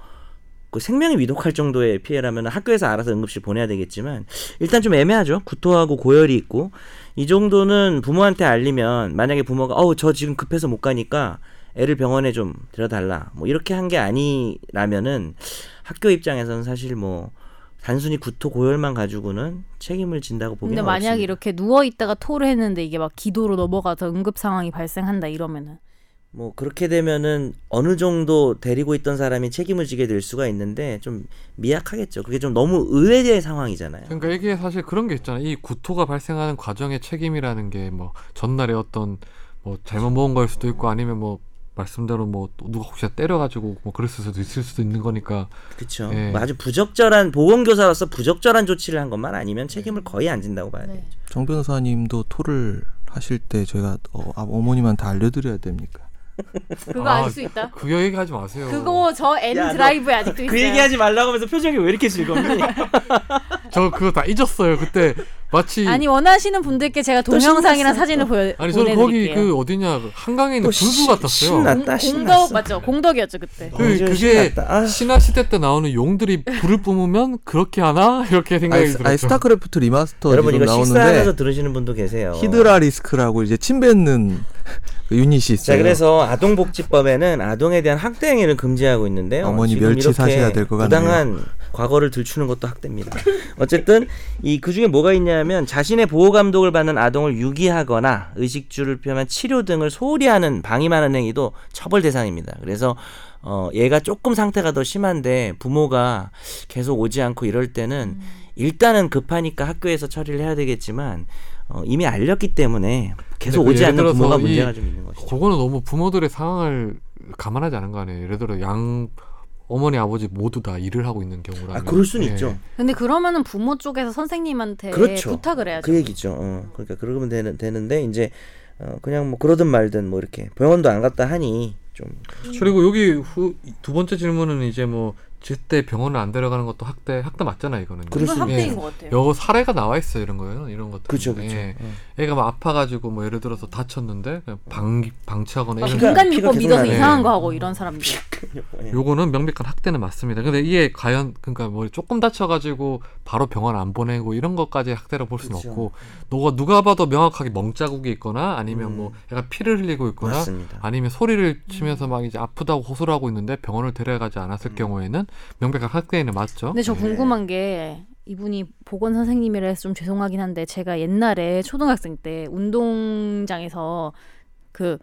[SPEAKER 2] 그 생명이 위독할 정도의 피해라면 학교에서 알아서 응급실 보내야 되겠지만 일단 좀 애매하죠. 구토하고 고열이 있고 이 정도는 부모한테 알리면 만약에 부모가 어우 저 지금 급해서 못 가니까 애를 병원에 좀 데려달라 뭐 이렇게 한 게 아니라면은 학교 입장에서는 사실 뭐 단순히 구토 고열만 가지고는 책임을 진다고 보기는
[SPEAKER 3] 근데 만약
[SPEAKER 2] 어렵습니다.
[SPEAKER 3] 이렇게 누워 있다가 토를 했는데 이게 막 기도로 넘어가서 응급 상황이 발생한다 이러면은
[SPEAKER 2] 뭐 그렇게 되면은 어느 정도 데리고 있던 사람이 책임을 지게 될 수가 있는데 좀 미약하겠죠. 그게 좀 너무 의외의 상황이잖아요.
[SPEAKER 1] 그러니까 이게 사실 그런 게 있잖아요. 이 구토가 발생하는 과정의 책임이라는 게 뭐 전날에 어떤 뭐 잘못 먹은 거일 수도 있고 아니면 뭐 말씀대로 뭐 또 누가 혹시 때려가지고 뭐 그랬을 수도 있을 수도 있는 거니까
[SPEAKER 2] 그렇죠.
[SPEAKER 1] 예.
[SPEAKER 2] 뭐 아주 부적절한 보건교사로서 부적절한 조치를 한 것만 아니면 책임을 거의 안 진다고 봐야 돼요.
[SPEAKER 4] 정 변호사님도 토를 하실 때 저희가 어, 아, 어머님한테 알려드려야 됩니까?
[SPEAKER 3] 그거
[SPEAKER 1] 아,
[SPEAKER 3] 알 수 있다.
[SPEAKER 1] 그거 얘기하지 마세요.
[SPEAKER 3] 그거 저 N
[SPEAKER 2] 야, 너
[SPEAKER 3] 드라이브에 아직도 있어요.
[SPEAKER 2] 그 얘기하지 말라고 하면서 표정이 왜 이렇게 즐겁니?
[SPEAKER 1] 저 그거 다 잊었어요. 그때 마치
[SPEAKER 3] 아니 원하시는 분들께 제가
[SPEAKER 2] 신났어.
[SPEAKER 3] 동영상이랑 사진을 보여
[SPEAKER 1] 아니 저는 거기
[SPEAKER 3] 보내드릴게요.
[SPEAKER 1] 그 어디냐 그 한강에 있는
[SPEAKER 2] 또
[SPEAKER 1] 불구
[SPEAKER 2] 신-
[SPEAKER 1] 같았어요.
[SPEAKER 2] 신나.
[SPEAKER 3] 공-
[SPEAKER 2] 났다,
[SPEAKER 3] 공덕
[SPEAKER 2] 신났어.
[SPEAKER 3] 맞죠? 공덕이었죠 그때.
[SPEAKER 1] 그,
[SPEAKER 2] 완전
[SPEAKER 1] 그게
[SPEAKER 2] 신났다. 아.
[SPEAKER 1] 신화 시대 때 나오는 용들이 불을 뿜으면 그렇게 하나 <laughs> 이렇게 생각이
[SPEAKER 4] 아니,
[SPEAKER 1] 들었죠.
[SPEAKER 4] 아니 스타크래프트 리마스터
[SPEAKER 2] 여러분
[SPEAKER 4] 지금
[SPEAKER 2] 이거 식사하면서
[SPEAKER 4] 나오는데
[SPEAKER 2] 들으시는 분도 계세요.
[SPEAKER 4] 히드라 리스크라고 이제 침 <laughs> 뱉는 그 유닛이
[SPEAKER 2] 자
[SPEAKER 4] 있어요.
[SPEAKER 2] 그래서 아동복지법에는 아동에 대한 학대 행위를 금지하고 있는데요.
[SPEAKER 4] 어머니
[SPEAKER 2] 지금
[SPEAKER 4] 멸치
[SPEAKER 2] 이렇게
[SPEAKER 4] 사셔야 될것 같네요.
[SPEAKER 2] 부당한 과거를 들추는 것도 학대입니다. 어쨌든 이 그중에 뭐가 있냐면 자신의 보호 감독을 받는 아동을 유기하거나 의식주를 표현한 치료 등을 소홀히 하는 방임하는 행위도 처벌 대상입니다. 그래서 어 얘가 조금 상태가 더 심한데 부모가 계속 오지 않고 이럴 때는 일단은 급하니까 학교에서 처리를 해야 되겠지만 어 이미 알렸기 때문에 계속
[SPEAKER 1] 근데 그
[SPEAKER 2] 오지
[SPEAKER 1] 예를
[SPEAKER 2] 않는 부모가
[SPEAKER 1] 들어서 이-
[SPEAKER 2] 문제가 좀 있는 것이죠.
[SPEAKER 1] 그거는 너무 부모들의 상황을 감안하지 않은 거 아니에요. 예를 들어 양 어머니 아버지 모두 다 일을 하고 있는 경우라면
[SPEAKER 2] 아 그럴 수는
[SPEAKER 1] 예.
[SPEAKER 2] 있죠.
[SPEAKER 3] 근데 그러면은 부모 쪽에서 선생님한테
[SPEAKER 2] 그렇죠.
[SPEAKER 3] 네, 부탁을 해야죠.
[SPEAKER 2] 그 얘기죠. 어, 그러니까 그러면 되는 되는데 이제 어, 그냥 뭐 그러든 말든 뭐 이렇게 병원도 안 갔다 하니 좀
[SPEAKER 1] 그리고 여기 후, 두 번째 질문은 이제 뭐 제때 병원을 안 데려가는 것도 학대 학대 맞잖아요 이거는.
[SPEAKER 2] 그럴
[SPEAKER 3] 이건
[SPEAKER 2] 수도 네.
[SPEAKER 3] 학대인
[SPEAKER 1] 예.
[SPEAKER 3] 것 같아요.
[SPEAKER 1] 여기 사례가 나와 있어 요 이런 거예요 이런 것들.
[SPEAKER 2] 그렇죠. 그죠 그죠.
[SPEAKER 1] 예.
[SPEAKER 2] 어.
[SPEAKER 1] 애가 막 아파가지고 뭐 예를 들어서 다쳤는데 그냥 방 방치하거나
[SPEAKER 3] 막
[SPEAKER 1] 이런.
[SPEAKER 2] 피가-
[SPEAKER 3] 인간 믿고
[SPEAKER 2] 계속
[SPEAKER 3] 믿어서
[SPEAKER 2] 나네.
[SPEAKER 3] 이상한 거 하고 이런 사람들.
[SPEAKER 2] 예.
[SPEAKER 1] 요거는 명백한 학대는 맞습니다. 근데 이게 과연 그러니까 뭐 조금 다쳐가지고 바로 병원 안 보내고 이런 것까지 학대라 볼 수는
[SPEAKER 2] 그쵸.
[SPEAKER 1] 없고 너가 누가 봐도 명확하게 멍자국이 있거나 아니면
[SPEAKER 2] 음.
[SPEAKER 1] 뭐 애가 피를 흘리고 있거나
[SPEAKER 2] 맞습니다. 음.
[SPEAKER 1] 아니면 소리를 치면서 막 이제 아프다고 호소하고 를 있는데 병원을 데려가지 않았을
[SPEAKER 2] 음.
[SPEAKER 1] 경우에는 명백한 학대에는 맞죠.
[SPEAKER 3] 근데
[SPEAKER 2] 네.
[SPEAKER 3] 저 궁금한 게 이분이 보건 선생님이라 해서 좀 죄송하긴 한데 제가 옛날에 초등학생 때 운동장에서 그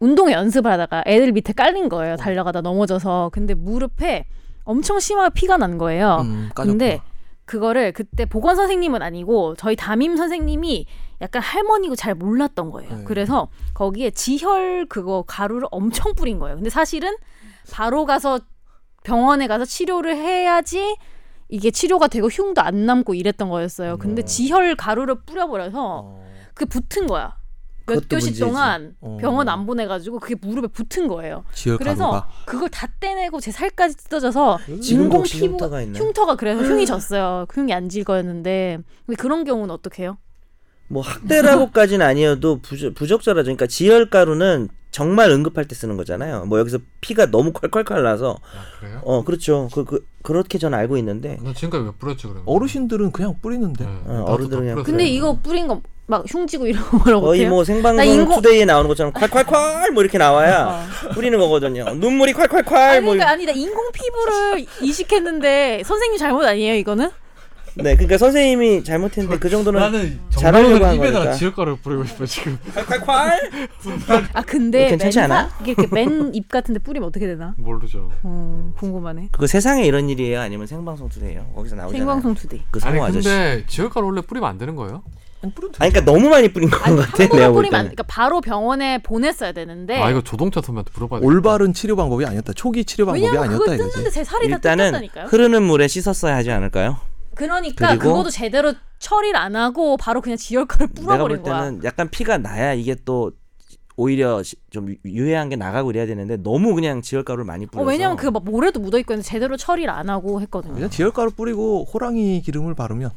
[SPEAKER 3] 운동 연습을 하다가 애들 밑에 깔린 거예요. 달려가다 넘어져서. 근데 무릎에 엄청 심하게 피가 난 거예요.
[SPEAKER 4] 음, 까졌구나.
[SPEAKER 3] 근데 그거를 그때 보건 선생님은 아니고 저희 담임 선생님이 약간 할머니고 잘 몰랐던 거예요.
[SPEAKER 4] 네.
[SPEAKER 3] 그래서 거기에 지혈 그거 가루를 엄청 뿌린 거예요. 근데 사실은 바로 가서 병원에 가서 치료를 해야지 이게 치료가 되고 흉도 안 남고 이랬던 거였어요. 근데
[SPEAKER 4] 음.
[SPEAKER 3] 지혈 가루를 뿌려버려서
[SPEAKER 4] 어.
[SPEAKER 3] 그 붙은 거야. 몇
[SPEAKER 2] 그것도
[SPEAKER 3] 교시
[SPEAKER 2] 문제지.
[SPEAKER 3] 동안
[SPEAKER 4] 어.
[SPEAKER 3] 병원 안 보내가지고 그게 무릎에 붙은 거예요.
[SPEAKER 4] 지혈
[SPEAKER 3] 그래서
[SPEAKER 4] 가루가
[SPEAKER 3] 그걸 다 떼내고 제 살까지 뜯어져서
[SPEAKER 2] 지금도
[SPEAKER 3] 인공
[SPEAKER 2] 혹시
[SPEAKER 3] 피부
[SPEAKER 2] 아, 흉터가 있나요?
[SPEAKER 3] 흉터가 그래서 흉이 졌어요. 그 흉이 안 질 거였는데 근데 그런 경우는 어떡해요?
[SPEAKER 2] 뭐 학대라고까지는 아니어도 부적, 부적절하죠. 그러니까 지혈가루는 정말 응급할 때 쓰는 거잖아요. 뭐 여기서 피가 너무 콸콸콸 나서
[SPEAKER 1] 아, 그래요?
[SPEAKER 2] 어 그렇죠. 그, 그 그렇게 저는 알고 있는데
[SPEAKER 1] 난 지금까지 왜 뿌렸지 그러면? 네.
[SPEAKER 4] 어르신들은 그냥 뿌리는데
[SPEAKER 2] 어, 어른들은 그냥
[SPEAKER 3] 근데 이거 뿌린 거 막 흉지고 이런 걸
[SPEAKER 2] 거의
[SPEAKER 3] 어떡해요?
[SPEAKER 2] 뭐
[SPEAKER 3] 나
[SPEAKER 2] 생방송
[SPEAKER 3] 인공-
[SPEAKER 2] 투데이에 나오는 것처럼 콸콸콸 뭐 이렇게 나와야 뿌리는 거거든요. 눈물이 콸콸콸
[SPEAKER 3] 어. 아니
[SPEAKER 2] 뭐
[SPEAKER 3] 그러니까 아니다 인공 피부를 이식했는데 선생님 잘못 아니에요 이거는?
[SPEAKER 2] 네, 그러니까 선생님이 잘못했는데 그 정도는
[SPEAKER 1] 나는
[SPEAKER 2] 잘하려고
[SPEAKER 1] 정말로
[SPEAKER 2] 한
[SPEAKER 1] 입에다가
[SPEAKER 2] 거니까.
[SPEAKER 1] 지역가를 뿌리고 싶어 지금.
[SPEAKER 2] 콸콸콸.
[SPEAKER 3] 아 근데
[SPEAKER 2] 뭐 괜찮지
[SPEAKER 3] 맨 사-
[SPEAKER 2] 않아요?
[SPEAKER 3] 이게 이렇게 맨 입 같은데 뿌리면 어떻게 되나?
[SPEAKER 1] 모르죠.
[SPEAKER 3] 어, 궁금하네.
[SPEAKER 2] 그거 세상에 이런 일이에요? 아니면 생방송 투데이요? 거기서 나오잖아요.
[SPEAKER 3] 생방송 투데이.
[SPEAKER 2] 그
[SPEAKER 1] 아니
[SPEAKER 2] 성우 아저씨.
[SPEAKER 1] 근데 지역가루 원래 뿌리면 안 되는 거예요?
[SPEAKER 4] 그냥 뿌리면
[SPEAKER 2] 아니 그러니까 너무 많이 뿌린 것
[SPEAKER 3] 아니 한
[SPEAKER 2] 같아.
[SPEAKER 3] 번에
[SPEAKER 2] 내가 볼
[SPEAKER 3] 뿌리면 안,
[SPEAKER 2] 때는.
[SPEAKER 3] 그러니까 바로 병원에 보냈어야 되는데
[SPEAKER 1] 아 이거 조동찬 선배한테 물어봐야
[SPEAKER 2] 그러니까
[SPEAKER 1] 돼.
[SPEAKER 4] 올바른 치료 방법이 아니었다. 초기 치료 방법이
[SPEAKER 3] 왜냐면
[SPEAKER 4] 아니었다
[SPEAKER 3] 그걸
[SPEAKER 4] 이거지.
[SPEAKER 3] 뜯는데 제 살이 다
[SPEAKER 2] 일단은
[SPEAKER 3] 뜯겼다니까요.
[SPEAKER 2] 흐르는 물에 씻었어야 하지 않을까요?
[SPEAKER 3] 그러니까
[SPEAKER 2] 그리고-
[SPEAKER 3] 그것도 제대로 처리를 안 하고 바로 그냥 지혈가를
[SPEAKER 2] 내가 볼
[SPEAKER 3] 뿌려버린 거야.
[SPEAKER 2] 때는 약간 피가 나야 이게 또 오히려 시- 좀 유- 유해한 게 나가고 이래야 되는데 너무 그냥 지혈가루를 많이
[SPEAKER 3] 어,
[SPEAKER 2] 뿌려서
[SPEAKER 3] 왜냐면 그 막 모래도 묻어 있고 했는데 제대로 처리를 안 하고 했거든요.
[SPEAKER 4] 그냥 지혈가루 뿌리고 호랑이 기름을 바르면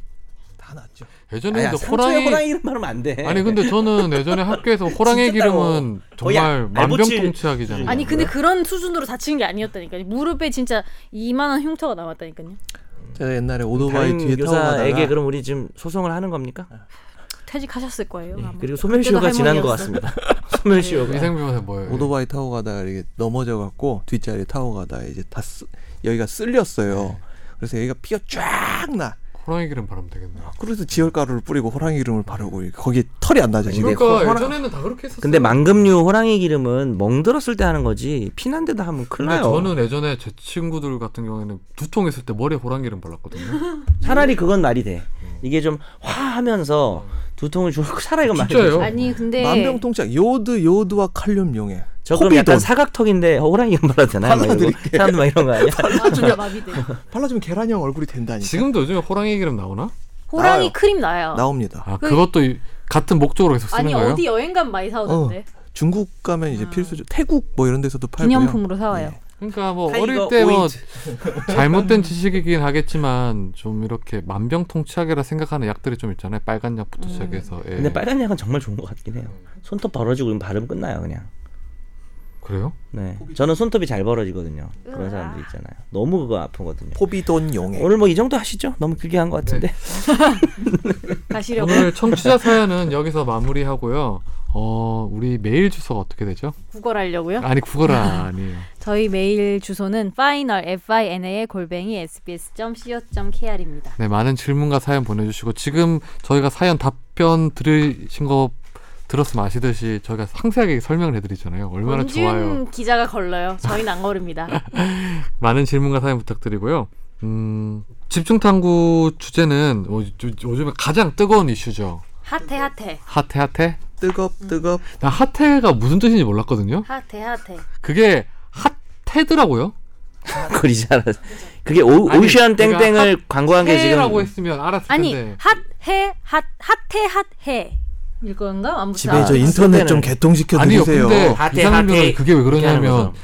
[SPEAKER 4] 다 낫죠.
[SPEAKER 1] 예전에
[SPEAKER 2] 아니, 야,
[SPEAKER 1] 근데
[SPEAKER 2] 상처에
[SPEAKER 1] 호랑이
[SPEAKER 2] 호랑이 이름 바르면 안 돼.
[SPEAKER 1] 아니 근데 저는 예전에
[SPEAKER 2] <laughs>
[SPEAKER 1] 학교에서 호랑이
[SPEAKER 2] 진짜 따가워.
[SPEAKER 1] 기름은
[SPEAKER 2] 거의 아-
[SPEAKER 1] 정말
[SPEAKER 2] 알보칠.
[SPEAKER 1] 만병통치약이잖아요.
[SPEAKER 3] 아니 근데 그런 수준으로 다친 게 아니었다니까요. 무릎에 진짜 이만한 흉터가 남았다니까요.
[SPEAKER 4] 제가 옛날에 오토바이
[SPEAKER 2] 음. 다른
[SPEAKER 4] 뒤에 타고
[SPEAKER 2] 교사에게
[SPEAKER 4] 가다가
[SPEAKER 2] 그럼 우리 지금 소송을 하는 겁니까?
[SPEAKER 3] 아, 퇴직하셨을 거예요. 아마.
[SPEAKER 2] 그리고 소멸시효가
[SPEAKER 3] 그때도
[SPEAKER 2] 지난 것
[SPEAKER 3] 할머니였어.
[SPEAKER 2] 같습니다. <laughs>
[SPEAKER 3] 네.
[SPEAKER 2] 소멸시효가.
[SPEAKER 1] 위생병원에 뭐예요?
[SPEAKER 4] 오토바이 타고 가다가 이렇게 넘어져 갖고 뒷자리 타고 가다가 이제 다 쓰, 여기가
[SPEAKER 2] 네.
[SPEAKER 4] 쓸렸어요. 그래서 여기가 피가 쫙 나.
[SPEAKER 1] 호랑이 기름 바르면
[SPEAKER 2] 아,
[SPEAKER 1] 되겠네요.
[SPEAKER 4] 그래서 지혈가루를 뿌리고 호랑이 기름을 바르고 거기에 털이 안 나죠. 지금.
[SPEAKER 2] 근데
[SPEAKER 1] 그러니까
[SPEAKER 2] 호- 호랑-
[SPEAKER 1] 예전에는 다 그렇게 했었어요.
[SPEAKER 2] 근데 망금류 호랑이 기름은 멍들었을 때 하는 거지 피난 데다 하면 큰일
[SPEAKER 1] 근데
[SPEAKER 2] 나요.
[SPEAKER 1] 아, 저는 예전에 제 친구들 같은 경우에는 두통 있을 때 머리에 호랑이 기름
[SPEAKER 2] <laughs>
[SPEAKER 1] 발랐거든요.
[SPEAKER 2] 차라리 그건 말이 돼.
[SPEAKER 1] 음.
[SPEAKER 2] 이게 좀 화하면서 두통을 줄고 <laughs> 차라리 이건 말이 돼.
[SPEAKER 1] 진짜예요?
[SPEAKER 3] 아니 근데
[SPEAKER 4] 만병통치약 요드 요드와 칼륨 용해.
[SPEAKER 2] 저 그럼
[SPEAKER 4] 코비돈.
[SPEAKER 2] 약간 사각턱인데 어, 호랑이 가 발라도 되나요? 막 이러고.
[SPEAKER 4] 발라드릴게요.
[SPEAKER 2] 사람들 막 이런 거 아니야?
[SPEAKER 3] 맞아 마비돼.
[SPEAKER 4] 발라주면 계란형 얼굴이 된다니까.
[SPEAKER 1] 지금도 요즘에 호랑이 기름 나오나?
[SPEAKER 3] 호랑이
[SPEAKER 4] 나와요.
[SPEAKER 3] 크림 나요.
[SPEAKER 4] 나옵니다.
[SPEAKER 1] 아
[SPEAKER 3] 그-
[SPEAKER 1] 그... 것도 같은 목적으로 계속 쓰는
[SPEAKER 3] 아니
[SPEAKER 1] 거예요?
[SPEAKER 3] 어디 여행 가면 많이 사오던데
[SPEAKER 4] 중국 가면 이제 필수죠. 태국 뭐 이런 데서도 어, 팔고요.
[SPEAKER 3] 음. 기념품으로 사와요.
[SPEAKER 4] 예.
[SPEAKER 1] 그러니까 뭐
[SPEAKER 2] 타이거
[SPEAKER 1] 어릴 때 뭐
[SPEAKER 2] 오인트.
[SPEAKER 1] 잘못된 지식이긴 하겠지만 좀 이렇게 만병통치약이라 생각하는 약들이 좀 있잖아요. 빨간 약부터 시작해서. 예.
[SPEAKER 2] 음. 근데 빨간 약은 정말 좋은 것 같긴 해요.
[SPEAKER 1] 음.
[SPEAKER 2] 손톱 벌어지고 그럼 바르면 끝나요, 그냥.
[SPEAKER 1] 그래요?
[SPEAKER 2] 네. 저는 손톱이 잘 벌어지거든요. 그런 사람들 있잖아요. 너무 그거 아프거든요.
[SPEAKER 4] 포비돈 용해.
[SPEAKER 3] 음.
[SPEAKER 2] 오늘 뭐 이 정도 하시죠? 너무 길게 한 것 같은데.
[SPEAKER 1] 네.
[SPEAKER 3] 가시려고
[SPEAKER 1] 오늘 청취자 사연은 여기서 마무리하고요. 어, 우리 메일 주소가 어떻게 되죠?
[SPEAKER 3] 구걸하려고요.
[SPEAKER 1] 아니, 구거라 아니에요.
[SPEAKER 3] 저희 메일 주소는 final f i n a 골뱅이 sbs co kr입니다.
[SPEAKER 1] 네, 많은 질문과 사연 보내주시고 지금 저희가 사연 답변 들으신 거 들었으면 아시듯이 저희가 상세하게 설명을 해드리잖아요. 얼마나 좋아요.
[SPEAKER 3] 원준 기자가 걸러요. 저희는 안 걸립니다.
[SPEAKER 1] 많은 질문과 사연 부탁드리고요. 음, 집중탐구 주제는 요- 요- 요즘에 가장 뜨거운 이슈죠.
[SPEAKER 3] 핫해 핫해
[SPEAKER 1] 핫해 핫해?
[SPEAKER 4] 뜨겁 뜨겁.
[SPEAKER 1] 나 핫해가 무슨 뜻인지 몰랐거든요.
[SPEAKER 3] 핫해 핫해.
[SPEAKER 1] 그게 핫해더라고요.
[SPEAKER 2] <laughs> 그걸 이제 알았어. 그게 오,
[SPEAKER 1] 아니,
[SPEAKER 2] 오션
[SPEAKER 1] 그러니까
[SPEAKER 2] 땡땡을 광고한 게 지금
[SPEAKER 1] 해라고 했으면 알았을
[SPEAKER 3] 아니
[SPEAKER 1] 텐데.
[SPEAKER 3] 핫해 핫 핫해 핫해 일 건가? 아무튼
[SPEAKER 4] 집에
[SPEAKER 2] 아,
[SPEAKER 4] 저
[SPEAKER 2] 그때는-
[SPEAKER 4] 인터넷 좀 개통시켜
[SPEAKER 1] 아니요.
[SPEAKER 4] 드리세요. 어.
[SPEAKER 1] 근데
[SPEAKER 2] 핫해,
[SPEAKER 1] 이상하면
[SPEAKER 2] 핫해.
[SPEAKER 1] 그게 왜
[SPEAKER 2] 그렇게 하는
[SPEAKER 1] 그러냐면
[SPEAKER 2] 거죠.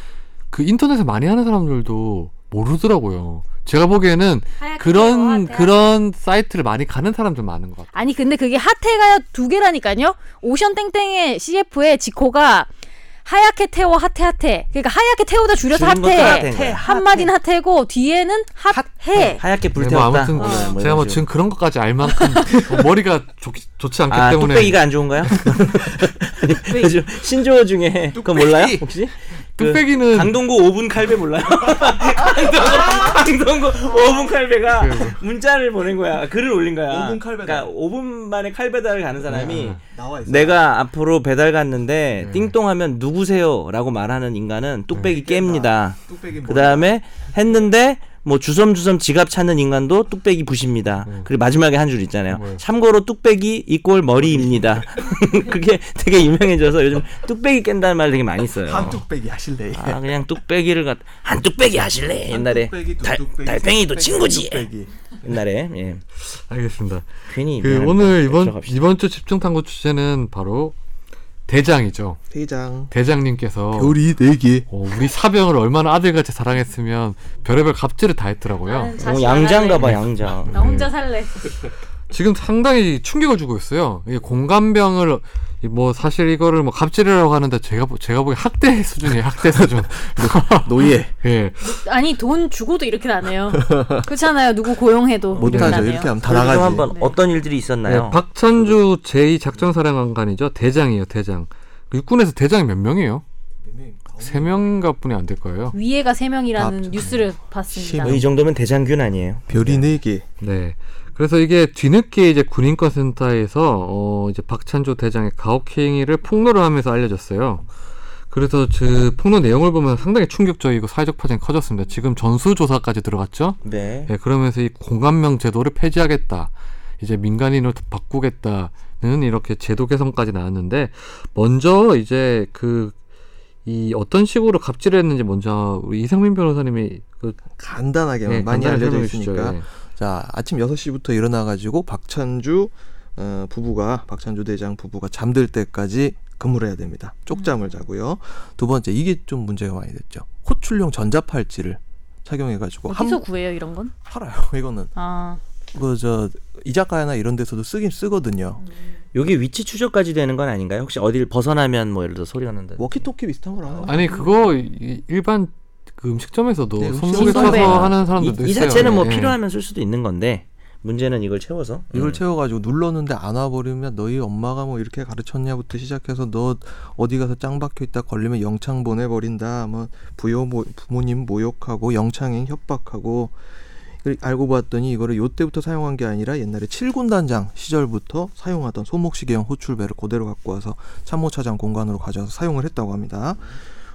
[SPEAKER 1] 그 인터넷에 많이 하는 사람들도 모르더라고요. 제가 보기에는
[SPEAKER 2] 아,
[SPEAKER 3] 하얗게
[SPEAKER 1] 그런
[SPEAKER 3] 하얗게
[SPEAKER 1] 그런 사이트를 많이 가는 사람들 많은 것 같아요.
[SPEAKER 3] 아니 근데 그게 핫해가 두 개라니까요. 오션 땡땡의 CF에 지코가 하얗게 태워 핫해 핫해. 그러니까 하얗게 태우다 줄여서
[SPEAKER 2] 지은 것도 핫해인
[SPEAKER 3] 핫해.
[SPEAKER 2] 거야.
[SPEAKER 3] 한 마디는 핫해고 뒤에는 핫해.
[SPEAKER 2] 하얗게
[SPEAKER 1] 네, 뭐
[SPEAKER 2] 불태웠다. 어.
[SPEAKER 1] 아무튼 제가 뭐 지금 그런 것까지 알
[SPEAKER 2] <laughs>
[SPEAKER 1] 만큼 어, 머리가 좋, 좋지 않기
[SPEAKER 2] 아,
[SPEAKER 1] 때문에
[SPEAKER 2] 뚝배기가 안 좋은가요? 아니, 요즘 신조어 중에 그거 몰라요? 혹시? 그
[SPEAKER 1] 뚝배기는-
[SPEAKER 2] 강동구 5분 칼배 몰라요? <laughs> 강동구, 강동구 5분 칼배가 문자를 보낸 거야. 글을 올린 거야.
[SPEAKER 4] 5분 칼배달.
[SPEAKER 2] 그러니까 5분 만에 칼배달을 가는 사람이
[SPEAKER 1] 아.
[SPEAKER 4] 나와 있어.
[SPEAKER 2] 내가 앞으로 배달 갔는데 띵동하면 누구세요라고 말하는 인간은 뚝배기 깹니다.
[SPEAKER 4] 뚝배기
[SPEAKER 2] 그 다음에 했는데 뭐 주섬주섬 지갑 찾는 인간도 뚝배기 부십니다. 그리고 마지막에 한 줄 있잖아요.
[SPEAKER 1] 뭐요?
[SPEAKER 2] 참고로 뚝배기 이꼴 머리입니다. <laughs> 그게 되게 유명해져서 요즘 뚝배기 깬다는 말 되게 많이 써요.
[SPEAKER 4] 한뚝배기 하실래?
[SPEAKER 2] 아 그냥 뚝배기를 갖 한 뚝배기 하실래
[SPEAKER 4] 예.
[SPEAKER 2] 옛날에 달, 달팽이도 친구지 옛날에 예
[SPEAKER 1] 알겠습니다.
[SPEAKER 2] 괜히
[SPEAKER 1] 그
[SPEAKER 2] 미안합니다. 네,
[SPEAKER 1] 오늘 이번
[SPEAKER 2] 들어갑시다.
[SPEAKER 1] 이번 주 집중 탐구 주제는 바로 대장이죠.
[SPEAKER 4] 대장.
[SPEAKER 1] 대장님께서
[SPEAKER 4] 별이 네 개.
[SPEAKER 1] 어, 우리 사병을 얼마나 아들같이 사랑했으면 별의별 갑질을 다 했더라고요.
[SPEAKER 3] 나는
[SPEAKER 2] 어,
[SPEAKER 3] 자신 안
[SPEAKER 2] 양자인가
[SPEAKER 3] 할래.
[SPEAKER 2] 봐 양자.
[SPEAKER 3] 나 혼자 살래.
[SPEAKER 1] 지금 상당히 충격을 주고 있어요. 이게 공감병을 뭐 사실 이거를 뭐 갑질이라고 하는데 제가 보- 제가 보기 학대 수준이에요. 학대
[SPEAKER 2] <laughs>
[SPEAKER 1] 수준.
[SPEAKER 4] 노예.
[SPEAKER 1] 예.
[SPEAKER 3] 아니 돈 주고도 이렇게 안 해요. 그렇잖아요. 누구 고용해도 이렇게
[SPEAKER 4] 못하죠.
[SPEAKER 3] 안 해요.
[SPEAKER 4] 이렇게 하면 다
[SPEAKER 2] 그래도
[SPEAKER 4] 나가지.
[SPEAKER 2] 좀 한번
[SPEAKER 3] 네.
[SPEAKER 2] 어떤 일들이 있었나요?
[SPEAKER 1] 네, 박찬주 제2 작전사령관이죠. 대장이에요. 대장. 그 육군에서 대장이 몇 명이에요? 세 명가 뿐이 안 될 거예요.
[SPEAKER 3] 위에가 세 명이라는
[SPEAKER 4] 아,
[SPEAKER 3] 뉴스를 봤습니다.
[SPEAKER 2] 어, 이 정도면 대장균 아니에요?
[SPEAKER 4] 별이 네 개.
[SPEAKER 1] 네. 그래서 이게 뒤늦게 이제 군인권센터에서 어 이제 박찬조 대장의 가혹 행위를 폭로를 하면서 알려졌어요. 그래서 그 폭로 내용을 보면 상당히 충격적이고 사회적 파장이 커졌습니다. 지금 전수조사까지 들어갔죠.
[SPEAKER 2] 네.
[SPEAKER 1] 네, 그러면서 이 공감명 제도를 폐지하겠다. 이제 민간인으로 바꾸겠다는 이렇게 제도 개선까지 나왔는데 먼저 이제 그 이 어떤 식으로 갑질했는지 먼저 우리 이상민 변호사님이 그
[SPEAKER 4] 간단하게 네.
[SPEAKER 1] 네,
[SPEAKER 4] 예, 많이
[SPEAKER 1] 간단히
[SPEAKER 4] 알려져
[SPEAKER 1] 설명해
[SPEAKER 4] 있으니까.
[SPEAKER 1] 주시죠. 예.
[SPEAKER 4] 자, 아침 6시부터 일어나가지고 박찬주 어, 부부가 박찬주 대장 부부가 잠들 때까지 근무를 해야 됩니다.
[SPEAKER 3] 음.
[SPEAKER 4] 쪽잠을 자고요. 두 번째 이게 좀 문제가 많이 됐죠. 호출용 전자팔찌를 착용해가지고
[SPEAKER 3] 어디서 구해요 이런 건?
[SPEAKER 4] 팔아요. <laughs> 이거는
[SPEAKER 3] 아
[SPEAKER 4] 그 저 이자카야나 이런 데서도 쓰긴 쓰거든요.
[SPEAKER 3] 음.
[SPEAKER 2] 여기 위치 추적까지 되는 건 아닌가요? 혹시 어디를 벗어나면 뭐 예를 들어 소리가 난다.
[SPEAKER 4] 워키토키 비슷한 걸 하나?
[SPEAKER 1] 아니 그거 이- 일반 그 음식점에서도
[SPEAKER 4] 네,
[SPEAKER 1] 손목에
[SPEAKER 3] 음식점.
[SPEAKER 1] 차서 하는
[SPEAKER 2] 이,
[SPEAKER 1] 사람들도
[SPEAKER 2] 이
[SPEAKER 1] 있어요.
[SPEAKER 2] 자체는 뭐
[SPEAKER 1] 예.
[SPEAKER 2] 필요하면 쓸 수도 있는 건데 문제는 이걸 채워서
[SPEAKER 4] 이걸
[SPEAKER 2] 음.
[SPEAKER 4] 채워가지고 눌렀는데 안 와버리면 너희 엄마가 뭐 이렇게 가르쳤냐부터 시작해서 너 어디 가서 짱 박혀 있다 걸리면 영창 보내버린다. 뭐 부여 모, 부모님 모욕하고 영창행 협박하고 그리- 알고 봤더니 이거를 요 때부터 사용한 게 아니라 옛날에 7군단장 시절부터 사용하던 소목시계형 호출배를 그대로 갖고 와서 참모차장 공간으로 가져와서 사용을 했다고 합니다.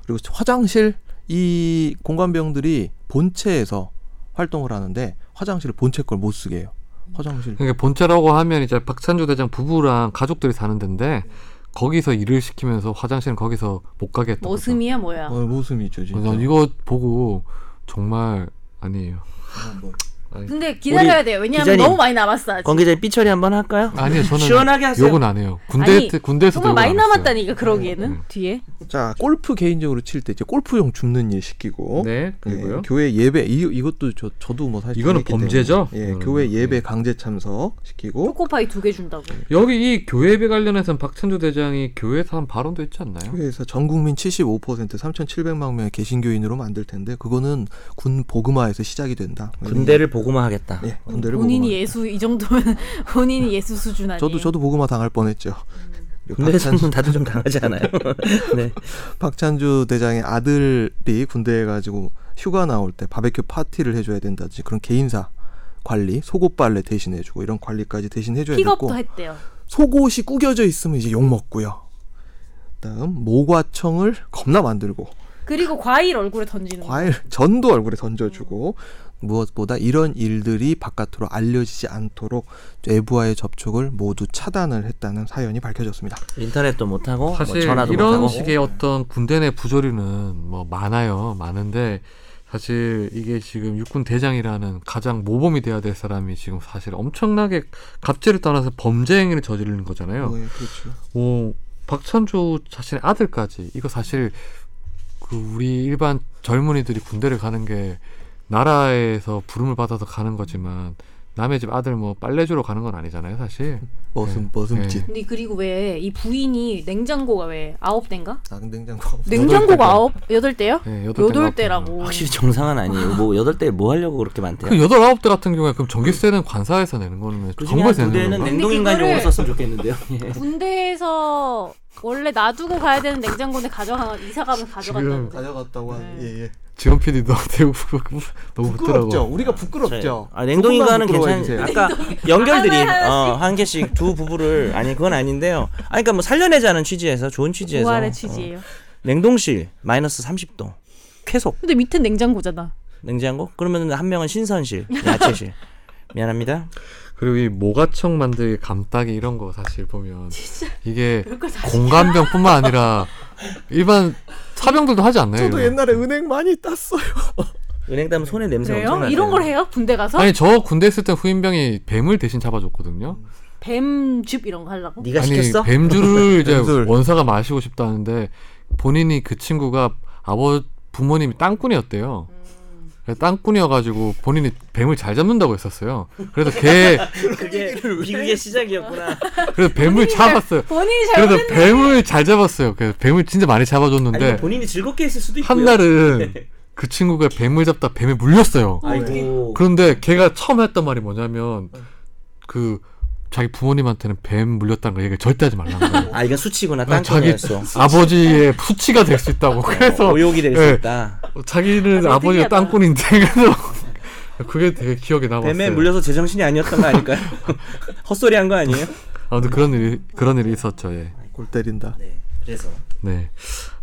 [SPEAKER 4] 그리고 화장실 이 공관병들이 본체에서 활동을 하는데 화장실을 본체 걸 못 쓰게 해요. 화장실
[SPEAKER 1] 그러니까 본체라고 하면 이제 박찬주 대장 부부랑 가족들이 사는 데인데 거기서 일을 시키면서 화장실은 거기서 못 가게 했던 거죠.
[SPEAKER 3] 모습이야 뭐야?
[SPEAKER 4] 어, 모습이죠 진짜.
[SPEAKER 1] 난 이거 보고 정말 아니에요.
[SPEAKER 3] 근데 기다려야 돼요. 왜냐하면
[SPEAKER 2] 기자님.
[SPEAKER 3] 너무 많이 남았어. 아직.
[SPEAKER 2] 관 기자님 삐처리 한번 할까요?
[SPEAKER 1] 아니요 저는
[SPEAKER 2] 시원하게 하세요.
[SPEAKER 1] 욕은 안 해요. 군대
[SPEAKER 3] 아니,
[SPEAKER 1] 때- 군대에서도
[SPEAKER 3] 정말
[SPEAKER 1] 욕은
[SPEAKER 3] 많이
[SPEAKER 1] 안 했어요.
[SPEAKER 3] 남았다니까 그러기에는 뒤에
[SPEAKER 4] 자 골프 개인적으로 칠 때 이제 골프용 줍는 일 시키고.
[SPEAKER 1] 네
[SPEAKER 4] 예,
[SPEAKER 1] 그리고요.
[SPEAKER 4] 교회 예배 이, 이것도 저 저도 뭐 사실
[SPEAKER 1] 이거는
[SPEAKER 4] 당했기 때문에.
[SPEAKER 1] 범죄죠?
[SPEAKER 4] 예,
[SPEAKER 1] 이거는.
[SPEAKER 4] 교회 예배
[SPEAKER 1] 예.
[SPEAKER 4] 강제 참석 시키고
[SPEAKER 3] 초코파이 두 개 준다고.
[SPEAKER 1] 여기 이 교회배 관련해서는 박찬주 대장이 교회에서 한 발언도 있지 않나요?
[SPEAKER 4] 교회에서 전 국민 75% 3,700만 명의 개신교인으로 만들 텐데 그거는 군 복음화에서 시작이 된다.
[SPEAKER 2] 군대를 보고만하겠다.
[SPEAKER 1] 네.
[SPEAKER 4] 예, 군대를
[SPEAKER 3] 본인이
[SPEAKER 4] 복음화.
[SPEAKER 3] 예수 이 정도면 <laughs> 본인이 예수 수준 아니에요?
[SPEAKER 4] 저도 저도 복음화 당할 뻔했죠. 박찬,
[SPEAKER 2] 군대에서는 다들 좀 당하지 않아요? <laughs> 네.
[SPEAKER 4] 박찬주 대장의 아들이 군대에 가지고 휴가 나올 때 바베큐 파티를 해줘야 된다든지 그런 개인사 관리, 속옷 빨래 대신해주고 이런 관리까지 대신해줘야 됐고
[SPEAKER 3] 픽업도 했대요.
[SPEAKER 4] 속옷이 구겨져 있으면 이제 욕 먹고요. 그다음 모과청을 겁나 만들고
[SPEAKER 3] 그리고 과일 얼굴에 던지는 거.
[SPEAKER 4] 과일 전도 얼굴에 던져주고 무엇보다 이런 일들이 바깥으로 알려지지 않도록 외부와의 접촉을 모두 차단을 했다는 사연이 밝혀졌습니다.
[SPEAKER 2] 인터넷도 못 하고
[SPEAKER 1] 사실
[SPEAKER 2] 뭐 전화도 못
[SPEAKER 1] 이런
[SPEAKER 2] 하고.
[SPEAKER 1] 식의 어떤 군대 내 부조리는 뭐 많아요. 많은데 사실 이게 지금 육군 대장이라는 가장 모범이 돼야 될 사람이 지금 사실 엄청나게 갑질을 떠나서 범죄 행위를 저지르는 거잖아요.
[SPEAKER 2] 네.
[SPEAKER 4] 예, 그렇죠.
[SPEAKER 1] 뭐 박찬주 자신의 아들까지 이거 사실 그 우리 일반 젊은이들이 군대를 가는 게 나라에서 부름을 받아서 가는 거지만 남의 집 아들 뭐 빨래 주러 가는 건 아니잖아요, 사실.
[SPEAKER 4] 머슴
[SPEAKER 1] 예,
[SPEAKER 4] 머슴집.
[SPEAKER 1] 예.
[SPEAKER 3] 근데 그리고 왜 이 부인이 냉장고가 왜 아홉 대인가?
[SPEAKER 4] 아, 냉장고.
[SPEAKER 3] 네.
[SPEAKER 1] 여덟 대.
[SPEAKER 3] 냉장고가 아홉 여덟 대요?
[SPEAKER 1] 예,
[SPEAKER 3] 여덟
[SPEAKER 1] 대가
[SPEAKER 3] 대라고.
[SPEAKER 2] 아, 확실히 정상은 아니에요. 뭐 여덟 대 뭐 하려고 그렇게 많대요.
[SPEAKER 1] 그 여덟 아홉 대 같은 경우에 그럼 전기세는 관사에서 내는 거는
[SPEAKER 2] 그 중에
[SPEAKER 1] 정부에서
[SPEAKER 2] 한두
[SPEAKER 1] 내는
[SPEAKER 2] 대는
[SPEAKER 1] 건가?
[SPEAKER 2] 냉동인간용으로
[SPEAKER 3] 그거를-
[SPEAKER 2] 썼으면 좋겠는데요. 예.
[SPEAKER 3] 군대에서 원래 놔두고 가야 되는 냉장고인데 가져가 이사 가면 가져간다는 거.
[SPEAKER 4] 가져갔다고 한.
[SPEAKER 3] 네.
[SPEAKER 4] 예, 예.
[SPEAKER 1] 지원 PD도 <laughs> 되게 부- 너무
[SPEAKER 4] 부끄럽죠.
[SPEAKER 1] 웃더라고.
[SPEAKER 4] 우리가
[SPEAKER 1] 네.
[SPEAKER 4] 부끄럽죠.
[SPEAKER 2] 아, 냉동인간은
[SPEAKER 4] 조금만 부끄러워해
[SPEAKER 2] 괜찮아요.
[SPEAKER 4] 주세요.
[SPEAKER 2] 아까 <laughs> 연결들이
[SPEAKER 3] 하나씩.
[SPEAKER 2] 어, 한 개씩 두 부부를 아니 그건 아닌데요. 아니 그러니까 뭐 살려내자는 취지에서 좋은 취지에서
[SPEAKER 3] 부활의
[SPEAKER 2] 어,
[SPEAKER 3] 취지예요.
[SPEAKER 2] 냉동실 마이너스 30도 쾌속
[SPEAKER 3] 근데 밑에 냉장고잖아.
[SPEAKER 2] 냉장고 그러면 한 명은 신선실
[SPEAKER 3] <laughs>
[SPEAKER 2] 야채실 미안합니다.
[SPEAKER 1] 그리고 이 모가청 만들기 감따기 이런 거 사실 보면 이게 공감병뿐만 아니라 일반 사병들도 하지 않나요?
[SPEAKER 4] 저도
[SPEAKER 1] 이런 거?
[SPEAKER 4] 옛날에 은행 많이 땄어요.
[SPEAKER 2] 은행 담 손에 냄새
[SPEAKER 3] 그래요?
[SPEAKER 2] 엄청나요.
[SPEAKER 3] 이런 걸 해요? 군대 가서?
[SPEAKER 1] 아니 저 군대 있을 때 후임병이 뱀을 대신 잡아줬거든요.
[SPEAKER 3] 뱀즙 이런 거 하려고?
[SPEAKER 2] 네가
[SPEAKER 1] 아니
[SPEAKER 2] 시켰어? <laughs>
[SPEAKER 1] 뱀주를 이제
[SPEAKER 4] 뱀술.
[SPEAKER 1] 원사가 마시고 싶다는데 본인이 그 친구가 아버 부모님이 땅꾼이었대요. 그래서 땅꾼이어가지고 본인이 뱀을 잘 잡는다고 했었어요. 그래서 걔
[SPEAKER 2] 그게 비극의
[SPEAKER 3] <laughs>
[SPEAKER 2] 시작이었구나.
[SPEAKER 1] 그래서 뱀을 잡았어요.
[SPEAKER 3] 본인이
[SPEAKER 1] 그래서
[SPEAKER 3] 잘못했는데
[SPEAKER 1] 뱀을 잘 잡았어요. 그래서 뱀을 진짜 많이
[SPEAKER 2] 아니 뭐
[SPEAKER 1] 잡아줬는데
[SPEAKER 2] 본인이 즐겁게 했을 수도 있고요.
[SPEAKER 1] 한 날은 그 친구가 뱀을 잡다 뱀에 물렸어요.
[SPEAKER 2] <laughs> 아이고.
[SPEAKER 1] 그런데 걔가 처음 했던 말이 뭐냐면 그 자기 부모님한테는 뱀 물렸다는 걸 얘기 절대 하지 말라는 거예요.
[SPEAKER 2] 아 이건 수치구나.
[SPEAKER 1] 아, 자기 <laughs>
[SPEAKER 2] 땅콩이었어. 어,
[SPEAKER 1] 아버지의 수치가 될 수 있다고 그래서
[SPEAKER 2] 오욕이 될
[SPEAKER 1] 예.
[SPEAKER 2] 수 있다.
[SPEAKER 1] 어, 자기는
[SPEAKER 3] 되게
[SPEAKER 1] 아버지가
[SPEAKER 3] 특이하다.
[SPEAKER 1] 땅꾼인데 <laughs> 그래서 그게 되게 기억에 남았어요.
[SPEAKER 2] 뱀에 물려서 제정신이 아니었던 거 <laughs> 아닐까요? 헛소리 한 거 아니에요?
[SPEAKER 1] 아무튼 그런 일이 그런 일이 있었죠. 예.
[SPEAKER 4] <laughs> 골 때린다.
[SPEAKER 2] 네. 그래서
[SPEAKER 1] 네.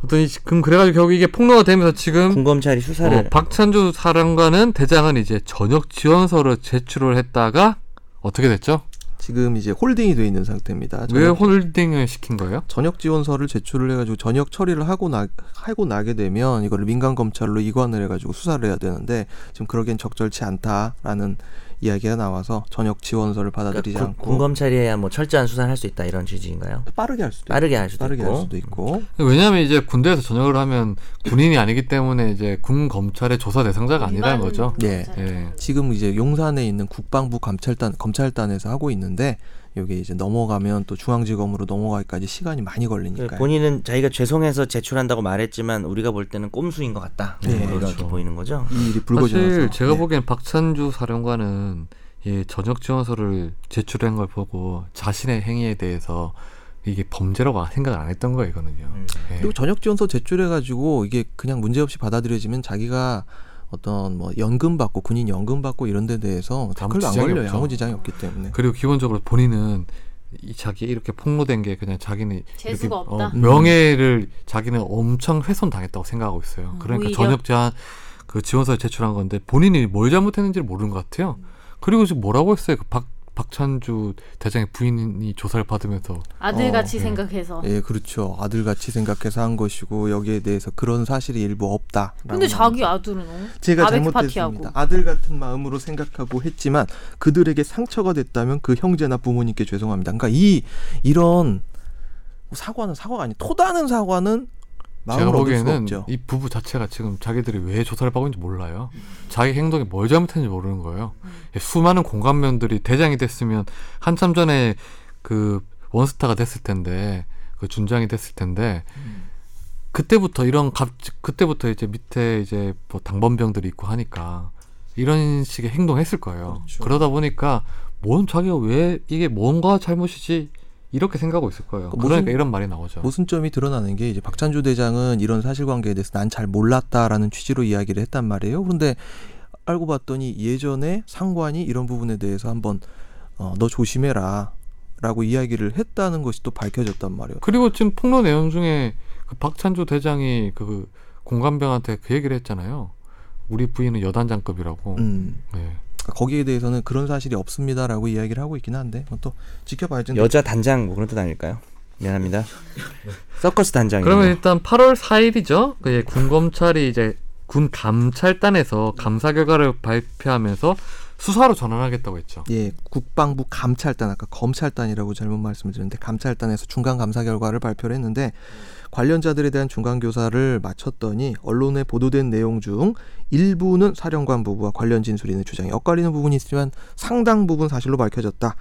[SPEAKER 1] 어떤 이- 그럼 그래가지고 결국 이게 폭로가 되면서 지금
[SPEAKER 2] 군검찰이 수사를
[SPEAKER 1] 어, 박찬주 사령관은 대장은 이제 전역 지원서를 제출을 했다가 어떻게 됐죠?
[SPEAKER 2] 아,
[SPEAKER 4] 지금 이제 홀딩이 돼 있는 상태입니다.
[SPEAKER 1] 왜
[SPEAKER 4] 저녁-
[SPEAKER 1] 홀딩을 시킨 거예요?
[SPEAKER 4] 전역 지원서를 제출을 해가지고 전역 처리를 하고 나 하고 나게 되면 이걸 민간 검찰로 이관을 해가지고 수사를 해야 되는데 지금 그러기엔 적절치 않다라는 이야기가 나와서 전역 지원서를 받아들이지
[SPEAKER 2] 군-
[SPEAKER 4] 않고
[SPEAKER 2] 군검찰이 해야 뭐 철저한 수사를 할 수 있다 이런 취지인가요?
[SPEAKER 4] 빠르게 할 수도
[SPEAKER 2] 빠르게 할
[SPEAKER 4] 있고,
[SPEAKER 2] 수도
[SPEAKER 4] 빠르게
[SPEAKER 2] 있고.
[SPEAKER 4] 할 수도 있고
[SPEAKER 1] 왜냐하면 이제 군대에서 전역을 하면 군인이 아니기 때문에 이제 군 검찰의 조사 대상자가 아니라는
[SPEAKER 3] 일반
[SPEAKER 1] 거죠.
[SPEAKER 4] 예.
[SPEAKER 3] 검찰.
[SPEAKER 1] 예.
[SPEAKER 4] 지금 이제 용산에 있는 국방부 감찰단 검찰단에서 하고 있는데 이게 이제 넘어가면 또 중앙지검으로 넘어가기까지 시간이 많이
[SPEAKER 2] 그
[SPEAKER 4] 걸리니까 요
[SPEAKER 2] 본인은 자기가 죄송해서 제출한다고 말했지만 우리가 볼 때는 꼼수인 것 같다. 뭐
[SPEAKER 4] 네,
[SPEAKER 2] 이렇게
[SPEAKER 1] 그렇죠.
[SPEAKER 2] 보이는 거죠.
[SPEAKER 4] 이 일이
[SPEAKER 1] 사실
[SPEAKER 4] 불거지면서
[SPEAKER 1] 제가
[SPEAKER 4] 네.
[SPEAKER 1] 보기엔 박찬주 사령관은 이 전역 지원서를 제출한 걸 보고 자신의 행위에 대해서 이게 범죄라고 생각을 안 했던 거예요, 이거는요.
[SPEAKER 2] 음.
[SPEAKER 1] 예.
[SPEAKER 4] 그리고 전역 지원서 제출해 가지고 이게 그냥 문제 없이 받아들여지면 자기가 어떤 뭐 연금 받고 군인 연금 받고 이런 데 대해서
[SPEAKER 1] 아무
[SPEAKER 4] 댓글도 안
[SPEAKER 1] 지장이
[SPEAKER 4] 걸려요.
[SPEAKER 1] 없죠.
[SPEAKER 4] 아무 지장이 없기 때문에.
[SPEAKER 1] 그리고 기본적으로 본인은 이 자기 이렇게 폭로된 게 그냥 자기는 이렇게
[SPEAKER 3] 재수가 없다.
[SPEAKER 1] 어, 명예를 자기는 엄청 훼손당했다고 생각하고 있어요.
[SPEAKER 3] 음,
[SPEAKER 1] 그러니까
[SPEAKER 3] 오히려.
[SPEAKER 1] 전역 제한 그 지원서를 제출한 건데 본인이 뭘 잘못했는지를 모르는 것 같아요. 그리고 지금 뭐라고 했어요? 그 박, 박찬주 대장의 부인이 조사를 받으면서
[SPEAKER 3] 아들같이
[SPEAKER 1] 어, 예.
[SPEAKER 3] 생각해서.
[SPEAKER 4] 예, 그렇죠. 아들같이 생각해서 한 것이고 여기에 대해서 그런 사실이 일부 없다.
[SPEAKER 3] 근데 자기 아들은 어?
[SPEAKER 4] 제가
[SPEAKER 3] 바베큐 파티하고.
[SPEAKER 4] 잘못했습니다. 아들 같은 마음으로 생각하고 했지만 그들에게 상처가 됐다면 그 형제나 부모님께 죄송합니다. 그러니까 이 이런 사과는 사과가 아니 토다는 사과는
[SPEAKER 1] 제가
[SPEAKER 4] 마음을 얻을 수가
[SPEAKER 1] 보기에는
[SPEAKER 4] 없죠.
[SPEAKER 1] 이 부부 자체가 지금 자기들이 왜 조사를 받고 있는지 몰라요. 자기 행동이 뭘 잘못했는지 모르는 거예요.
[SPEAKER 4] 음.
[SPEAKER 1] 수많은 공감면들이 대장이 됐으면 한참 전에 그 원스타가 됐을 텐데 그 준장이 됐을 텐데
[SPEAKER 4] 음.
[SPEAKER 1] 그때부터 이런 갑 그때부터 이제 밑에 이제 뭐 당번병들이 있고 하니까 이런 식의 행동했을 거예요.
[SPEAKER 4] 그렇죠.
[SPEAKER 1] 그러다 보니까 뭔 자기가 왜 이게 뭔가 잘못이지 이렇게 생각하고 있을 거예요.
[SPEAKER 4] 그
[SPEAKER 1] 그러니까
[SPEAKER 4] 무슨-
[SPEAKER 1] 이런 말이 나오죠.
[SPEAKER 4] 모순점이 드러나는 게 이제 박찬주 대장은 이런 사실관계에 대해서 난 잘 몰랐다라는 취지로 이야기를 했단 말이에요. 그런데 알고 봤더니 예전에 상관이 이런 부분에 대해서 한번 어, 너 조심해라라고 이야기를 했다는 것이 또 밝혀졌단 말이에요.
[SPEAKER 1] 그리고 지금 폭로 내용 중에 그 박찬주 대장이 그 공감병한테 그 얘기를 했잖아요. 우리 부인은 여단장급이라고.
[SPEAKER 4] 음,
[SPEAKER 1] 네.
[SPEAKER 4] 그러니까 거기에 대해서는 그런 사실이 없습니다라고 이야기를 하고 있긴 한데 그건 또 지켜봐야죠.
[SPEAKER 2] 여자 단장 뭐 그런 뜻 아닐까요? 미안합니다. 서커스 단장이요.
[SPEAKER 1] 그러면 일단 8월 4일이죠. 그 예, 군검찰이 이제 군 감찰단에서 감사 결과를 발표하면서 수사로 전환하겠다고 했죠.
[SPEAKER 4] 예, 국방부 감찰단 아까 검찰단이라고 잘못 말씀을 드렸는데 감찰단에서 중간 감사 결과를 발표를 했는데 관련자들에 대한 중간 교사를 마쳤더니 언론에 보도된 내용 중 일부는 사령관 부부와 관련 진술인의 주장이 엇갈리는 부분이 있지만 상당 부분 사실로 밝혀졌다.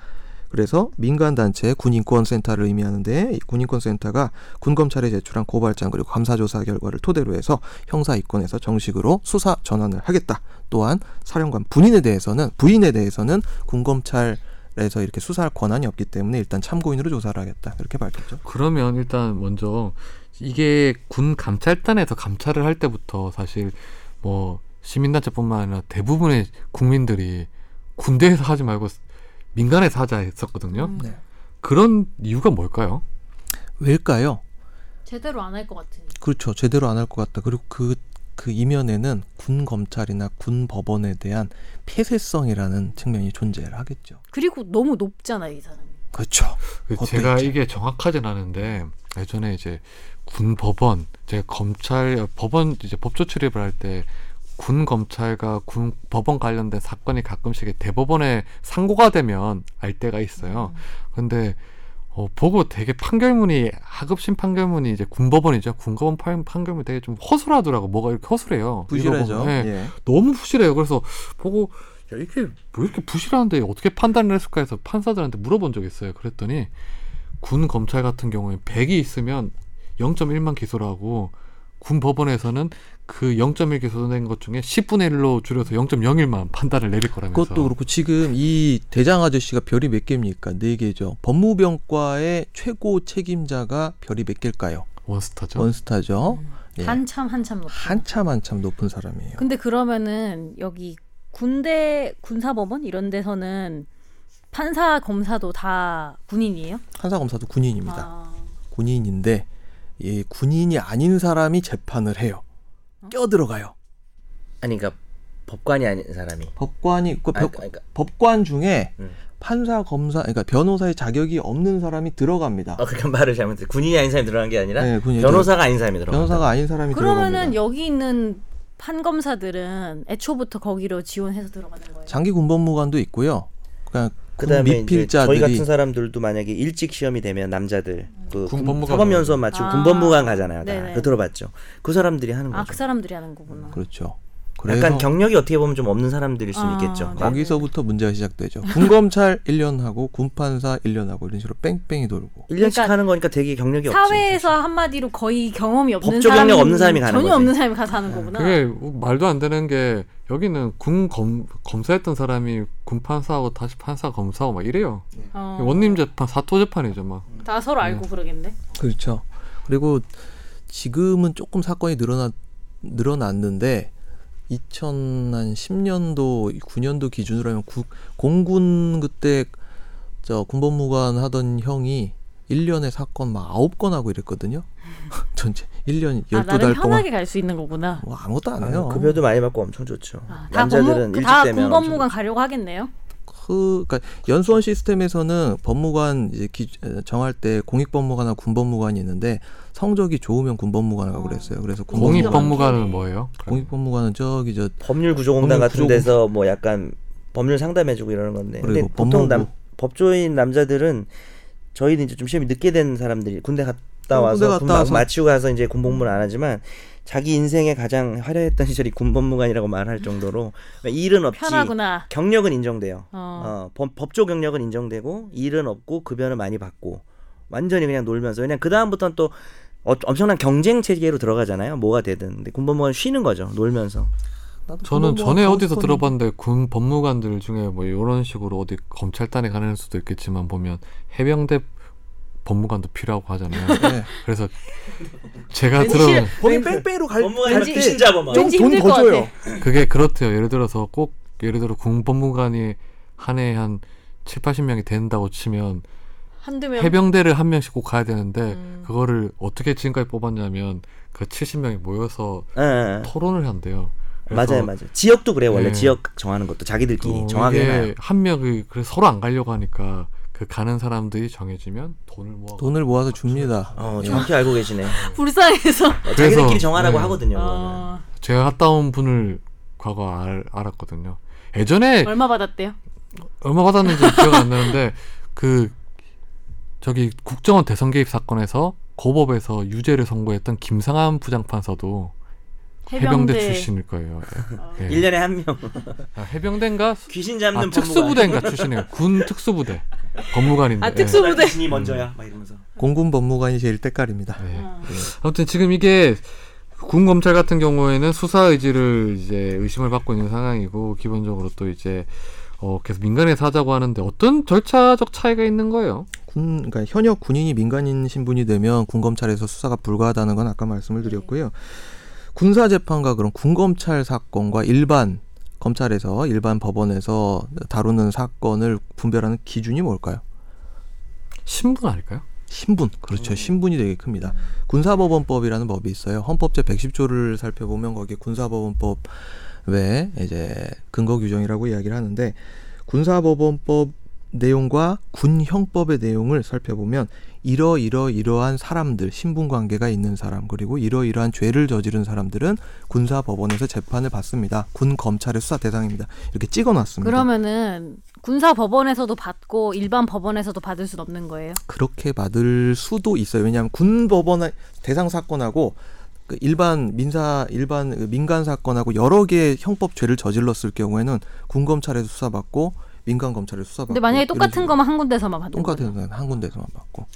[SPEAKER 4] 그래서 민간 단체 군인권 센터를 의미하는데 이 군인권 센터가 군 검찰에 제출한 고발장 그리고 감사 조사 결과를 토대로 해서 형사 입건에서 정식으로 수사 전환을 하겠다. 또한 사령관 본인에 대해서는 부인에 대해서는 군 검찰에서 이렇게 수사할 권한이 없기 때문에 일단 참고인으로 조사를 하겠다. 이렇게 밝혔죠.
[SPEAKER 1] 그러면 일단 먼저 이게 군 감찰단에서 감찰을 할 때부터 사실 뭐 시민단체뿐만 아니라 대부분의 국민들이 군대에서 하지 말고 민간에서 하자 했었거든요.
[SPEAKER 3] 음.
[SPEAKER 4] 네.
[SPEAKER 1] 그런 이유가 뭘까요?
[SPEAKER 4] 왜일까요?
[SPEAKER 3] 제대로 안 할 것 같으니까.
[SPEAKER 4] 그렇죠. 제대로 안 할 것 같다. 그리고 그, 그 이면에는 군 검찰이나 군 법원에 대한 폐쇄성이라는 측면이 존재를 하겠죠.
[SPEAKER 3] 그리고 너무 높잖아 이 사람.
[SPEAKER 4] 그렇죠.
[SPEAKER 1] 그
[SPEAKER 4] 어떤
[SPEAKER 1] 제가
[SPEAKER 4] 입장?
[SPEAKER 1] 이게 정확하진 않은데 예전에 이제 군 법원, 제가 검찰 법원 이제 법조 출입을 할 때 군 검찰과 군 법원 관련된 사건이 가끔씩 대법원에 상고가 되면 알 때가
[SPEAKER 4] 음.
[SPEAKER 1] 있어요. 근데 어, 보고 되게 판결문이 하급심 판결문이 이제 군법원이죠. 군법원 판- 판결문이 되게 좀 허술하더라고. 뭐가 이렇게 허술해요.
[SPEAKER 4] 부실하죠.
[SPEAKER 1] 읽어보면. 네.
[SPEAKER 4] 예.
[SPEAKER 1] 너무 부실해요. 그래서 보고 야 이게 왜 이렇게 부실한데 어떻게 판단을 했을까 해서 판사들한테 물어본 적이 있어요. 그랬더니 군 검찰 같은 경우에 100이 있으면 0.1만 기소를 하고 군 법원에서는 그 0.1 기소된 것 중에 10분의 1로 줄여서 0.01만 판단을 내릴 거라면서.
[SPEAKER 4] 그것도 그렇고 지금 이 대장 아저씨가 별이 몇 개입니까? 네 개죠. 법무병과의 최고 책임자가 별이 몇 개일까요?
[SPEAKER 1] 원스타죠.
[SPEAKER 4] 원스타죠. 예.
[SPEAKER 3] 한참 한참 높아.
[SPEAKER 4] 한참 한참 높은 사람이에요.
[SPEAKER 3] 근데 그러면은 여기 군대 군사법원 이런 데서는 판사 검사도 다 군인이에요?
[SPEAKER 4] 판사 검사도 군인입니다.
[SPEAKER 3] 아.
[SPEAKER 4] 군인인데 예, 군인이 아닌 사람이 재판을 해요. 껴들어가요.
[SPEAKER 2] 아니 그러니까 법관이 아닌 사람이.
[SPEAKER 4] 법관이 그
[SPEAKER 2] 아,
[SPEAKER 4] 법,
[SPEAKER 2] 그러니까
[SPEAKER 4] 법관 중에
[SPEAKER 2] 음.
[SPEAKER 4] 판사 검사 그러니까 변호사의 자격이 없는 사람이 들어갑니다.
[SPEAKER 2] 어, 그러니까 말을 잘못했어. 군인이 아닌 사람이 들어간 게 아니라
[SPEAKER 4] 네, 군인이
[SPEAKER 2] 변호사가 아닌 사람이 들어간
[SPEAKER 4] 변호사가 아닌 사람이
[SPEAKER 3] 그러면은
[SPEAKER 4] 들어갑니다.
[SPEAKER 3] 여기 있는 판 검사들은 애초부터 거기로 지원해서 들어가는 거예요.
[SPEAKER 4] 장기 군법무관도 있고요. 그러니까 군
[SPEAKER 2] 그다음에 이제 저희
[SPEAKER 4] 미필자들이
[SPEAKER 2] 같은 사람들도 만약에 일찍 시험이 되면 남자들 그
[SPEAKER 1] 군
[SPEAKER 2] 군-
[SPEAKER 1] 법무관.
[SPEAKER 2] 사법연수원 마치고
[SPEAKER 3] 아.
[SPEAKER 2] 군법무관 가잖아요. 다.
[SPEAKER 3] 네네.
[SPEAKER 2] 그거 들어봤죠. 그 사람들이 하는
[SPEAKER 3] 아 그
[SPEAKER 2] 거죠. 음,
[SPEAKER 3] 사람들이 하는 거구나.
[SPEAKER 4] 그렇죠.
[SPEAKER 2] 약간
[SPEAKER 4] 그래서
[SPEAKER 2] 경력이 어떻게 보면 좀 없는 사람들일 수는
[SPEAKER 3] 아,
[SPEAKER 2] 있겠죠.
[SPEAKER 3] 네.
[SPEAKER 4] 거기서부터 문제가 시작되죠. 군검찰 1년 하고 군판사 1년 하고 이런 식으로 뺑뺑이 돌고.
[SPEAKER 2] 일년씩
[SPEAKER 3] 그러니까
[SPEAKER 2] 하는 거니까 되게 경력이 없지.
[SPEAKER 3] 사회에서 한마디로 거의 경험이 없는
[SPEAKER 2] 법조 경력
[SPEAKER 3] 사람이-
[SPEAKER 2] 없는 사람이 가는
[SPEAKER 3] 전혀
[SPEAKER 2] 거지. 네.
[SPEAKER 3] 없는 사람이 가서 하는 거구나.
[SPEAKER 1] 그게 말도 안 되는 게 여기는 군 검, 검사했던 사람이 군 판사하고 다시 판사 검사하고 막 이래요.
[SPEAKER 3] 어.
[SPEAKER 1] 원님 재판 사토 재판이죠 막.
[SPEAKER 3] 다 서로 알고 아, 그러겠네.
[SPEAKER 4] 그렇죠. 그리고 지금은 조금 사건이 늘어나 늘어났는데 2010년도 9년도 기준으로 하면 구- 공군 그때 저 군법무관 하던 형이 1년에 사건 막 9건 하고 이랬거든요. <laughs> 전체 1년
[SPEAKER 3] 아 나는
[SPEAKER 4] 12달 동안
[SPEAKER 3] 편하게 갈 수 있는 거구나.
[SPEAKER 4] 뭐 아무것도 안 해요.
[SPEAKER 2] 아, 급여도 많이 받고 엄청 좋죠.
[SPEAKER 3] 아, 다
[SPEAKER 2] 남자들은
[SPEAKER 3] 법무
[SPEAKER 2] 일찍
[SPEAKER 3] 다
[SPEAKER 2] 되면
[SPEAKER 3] 군법무관 가려고 하겠네요.
[SPEAKER 4] 그 그러니까 연수원 시스템에서는 법무관 이제 기, 에, 정할 때 공익법무관하고 군법무관이 있는데 성적이 좋으면 군법무관하고 그랬어요. 그래서
[SPEAKER 1] 공익
[SPEAKER 4] 군법무관
[SPEAKER 1] 법무관은 뭐예요?
[SPEAKER 4] 공익법무관은 저기 저
[SPEAKER 2] 법률 구조공단
[SPEAKER 4] 법률
[SPEAKER 2] 같은 데서 뭐 약간 법률 상담해주고 이러는 건데. 근데
[SPEAKER 4] 그리고
[SPEAKER 2] 보통 남,
[SPEAKER 4] 법무부.
[SPEAKER 2] 법조인 남자들은 저희는 이제 좀 시험이 늦게 된 사람들이 군대 갔다
[SPEAKER 4] 어,
[SPEAKER 2] 와서
[SPEAKER 4] 군대 갔다
[SPEAKER 2] 군막
[SPEAKER 4] 와서.
[SPEAKER 2] 마치고 가서 이제 군복무를 안 하지만 자기 인생에 가장 화려했던 <laughs> 시절이 군법무관이라고 말할 정도로 그러니까 일은 없지
[SPEAKER 3] 편하구나.
[SPEAKER 2] 경력은 인정돼요.
[SPEAKER 3] 어.
[SPEAKER 2] 어, 법, 법조 경력은 인정되고 일은 없고 급여는 많이 받고 완전히 그냥 놀면서 그냥 그 다음부터는 또 어, 엄청난 경쟁 체계로 들어가잖아요. 뭐가 되든 근데 군법무관 쉬는 거죠. 놀면서
[SPEAKER 1] 저는
[SPEAKER 4] 뭐
[SPEAKER 1] 전에 어디서 <laughs> 들어봤는데 군 법무관들 중에 뭐 이런 식으로 어디 검찰단에 가는 수도 있겠지만 보면 해병대 법무관도 필요하고 하잖아요.
[SPEAKER 4] 네.
[SPEAKER 1] 그래서 제가
[SPEAKER 3] 왠지
[SPEAKER 1] 들어
[SPEAKER 4] 거기 뺑뺑이로 갈
[SPEAKER 2] 법무관이
[SPEAKER 3] 왠지-
[SPEAKER 2] 신잡아만
[SPEAKER 3] 왠지 힘들 것 같아.
[SPEAKER 1] 그게 그렇대요. 예를 들어서 꼭 예를 들어 군 법무관이 한 해에 한 7, 80명이 된다고 치면
[SPEAKER 3] 한두 명.
[SPEAKER 1] 해병대를 한 명씩 꼭 가야 되는데
[SPEAKER 3] 음.
[SPEAKER 1] 그거를 어떻게 지금까지 뽑았냐면 그 70명이 모여서
[SPEAKER 2] 예, 예.
[SPEAKER 1] 토론을 한대요. 그래서
[SPEAKER 2] 맞아요, 맞아요. 지역도 그래 요 원래
[SPEAKER 1] 예.
[SPEAKER 2] 지역 정하는 것도 자기들끼리
[SPEAKER 1] 어,
[SPEAKER 2] 정하게 해놔요.
[SPEAKER 1] 이게 한 명이 그래 서로 안 가려고 하니까 그 가는 사람들이 정해지면 돈을 모아.
[SPEAKER 4] 돈을 모아서 줍니다.
[SPEAKER 2] 어,
[SPEAKER 4] 예.
[SPEAKER 2] 정확히 알고 계시네. <laughs>
[SPEAKER 3] 불쌍해서.
[SPEAKER 2] 어, 자기들끼리
[SPEAKER 1] 그래서,
[SPEAKER 2] 정하라고
[SPEAKER 1] 네.
[SPEAKER 2] 하거든요. 그거는.
[SPEAKER 3] 어,
[SPEAKER 1] 제가 갔다 온 분을 과거 알, 알았거든요. 예전에
[SPEAKER 3] 얼마 받았대요?
[SPEAKER 1] 얼마
[SPEAKER 2] <laughs>
[SPEAKER 1] 받았는지 기억 안 나는데 그 저기 국정원 대선 개입 사건에서 고법에서 유죄를 선고했던 김상한 부장판사도 해병대, 출신일
[SPEAKER 3] <laughs>
[SPEAKER 1] 거예요. 예.
[SPEAKER 2] 일년에한 <laughs> 명.
[SPEAKER 1] 아, 해병대인가
[SPEAKER 2] 귀신
[SPEAKER 1] 아,
[SPEAKER 2] 잡는
[SPEAKER 1] 특수부대인가 출신이에요. 군 특수부대 법무관인데.
[SPEAKER 3] 아
[SPEAKER 1] 예.
[SPEAKER 3] 특수부대.
[SPEAKER 2] 귀신이 먼저야. 막 이러면서.
[SPEAKER 4] 공군 법무관이 제일 때깔입니다.
[SPEAKER 1] 예.
[SPEAKER 3] 어.
[SPEAKER 1] 아무튼 지금 이게 군 검찰 같은 경우에는 수사 의지를 이제 의심을 받고 있는 상황이고 기본적으로 또 이제 어 계속 민간에 사자고 하는데 어떤 절차적 차이가 있는 거예요?
[SPEAKER 4] 군 그러니까 현역 군인이 민간인 신분이 되면 군 검찰에서 수사가 불가하다는 건 아까 말씀을 드렸고요. 군사 재판과 그런 군 검찰 사건과 일반 검찰에서 일반 법원에서 다루는 사건을 분별하는 기준이 뭘까요?
[SPEAKER 1] 신분 아닐까요?
[SPEAKER 4] 신분
[SPEAKER 3] 음.
[SPEAKER 4] 그렇죠 신분이 되게 큽니다 군사법원법이라는 법이 있어요 헌법제 110조를 살펴보면 거기에 군사법원법 외에 이제 근거 규정이라고 이야기를 하는데 군사법원법 내용과 군 형법의 내용을 살펴보면 이러이러 이러한 사람들 신분 관계가 있는 사람 그리고 이러이러한 죄를 저지른 사람들은 군사 법원에서 재판을 받습니다. 군 검찰의 수사 대상입니다. 이렇게 찍어놨습니다.
[SPEAKER 3] 그러면은 군사 법원에서도 받고 일반 법원에서도 받을 수 없는 거예요.
[SPEAKER 4] 그렇게 받을 수도 있어요. 왜냐하면 군 법원 대상 사건하고 그 일반 민사 일반 그 민간 사건하고 여러 개의 형법 죄를 저질렀을 경우에는 군 검찰에서 수사받고 민간 검찰에서 수사받고.
[SPEAKER 3] 근데 만약에 똑같은
[SPEAKER 4] 이런 식으로
[SPEAKER 3] 거만 한 군데서만 받는 거예요.
[SPEAKER 4] 어, 똑같은 한 군데서만 받고.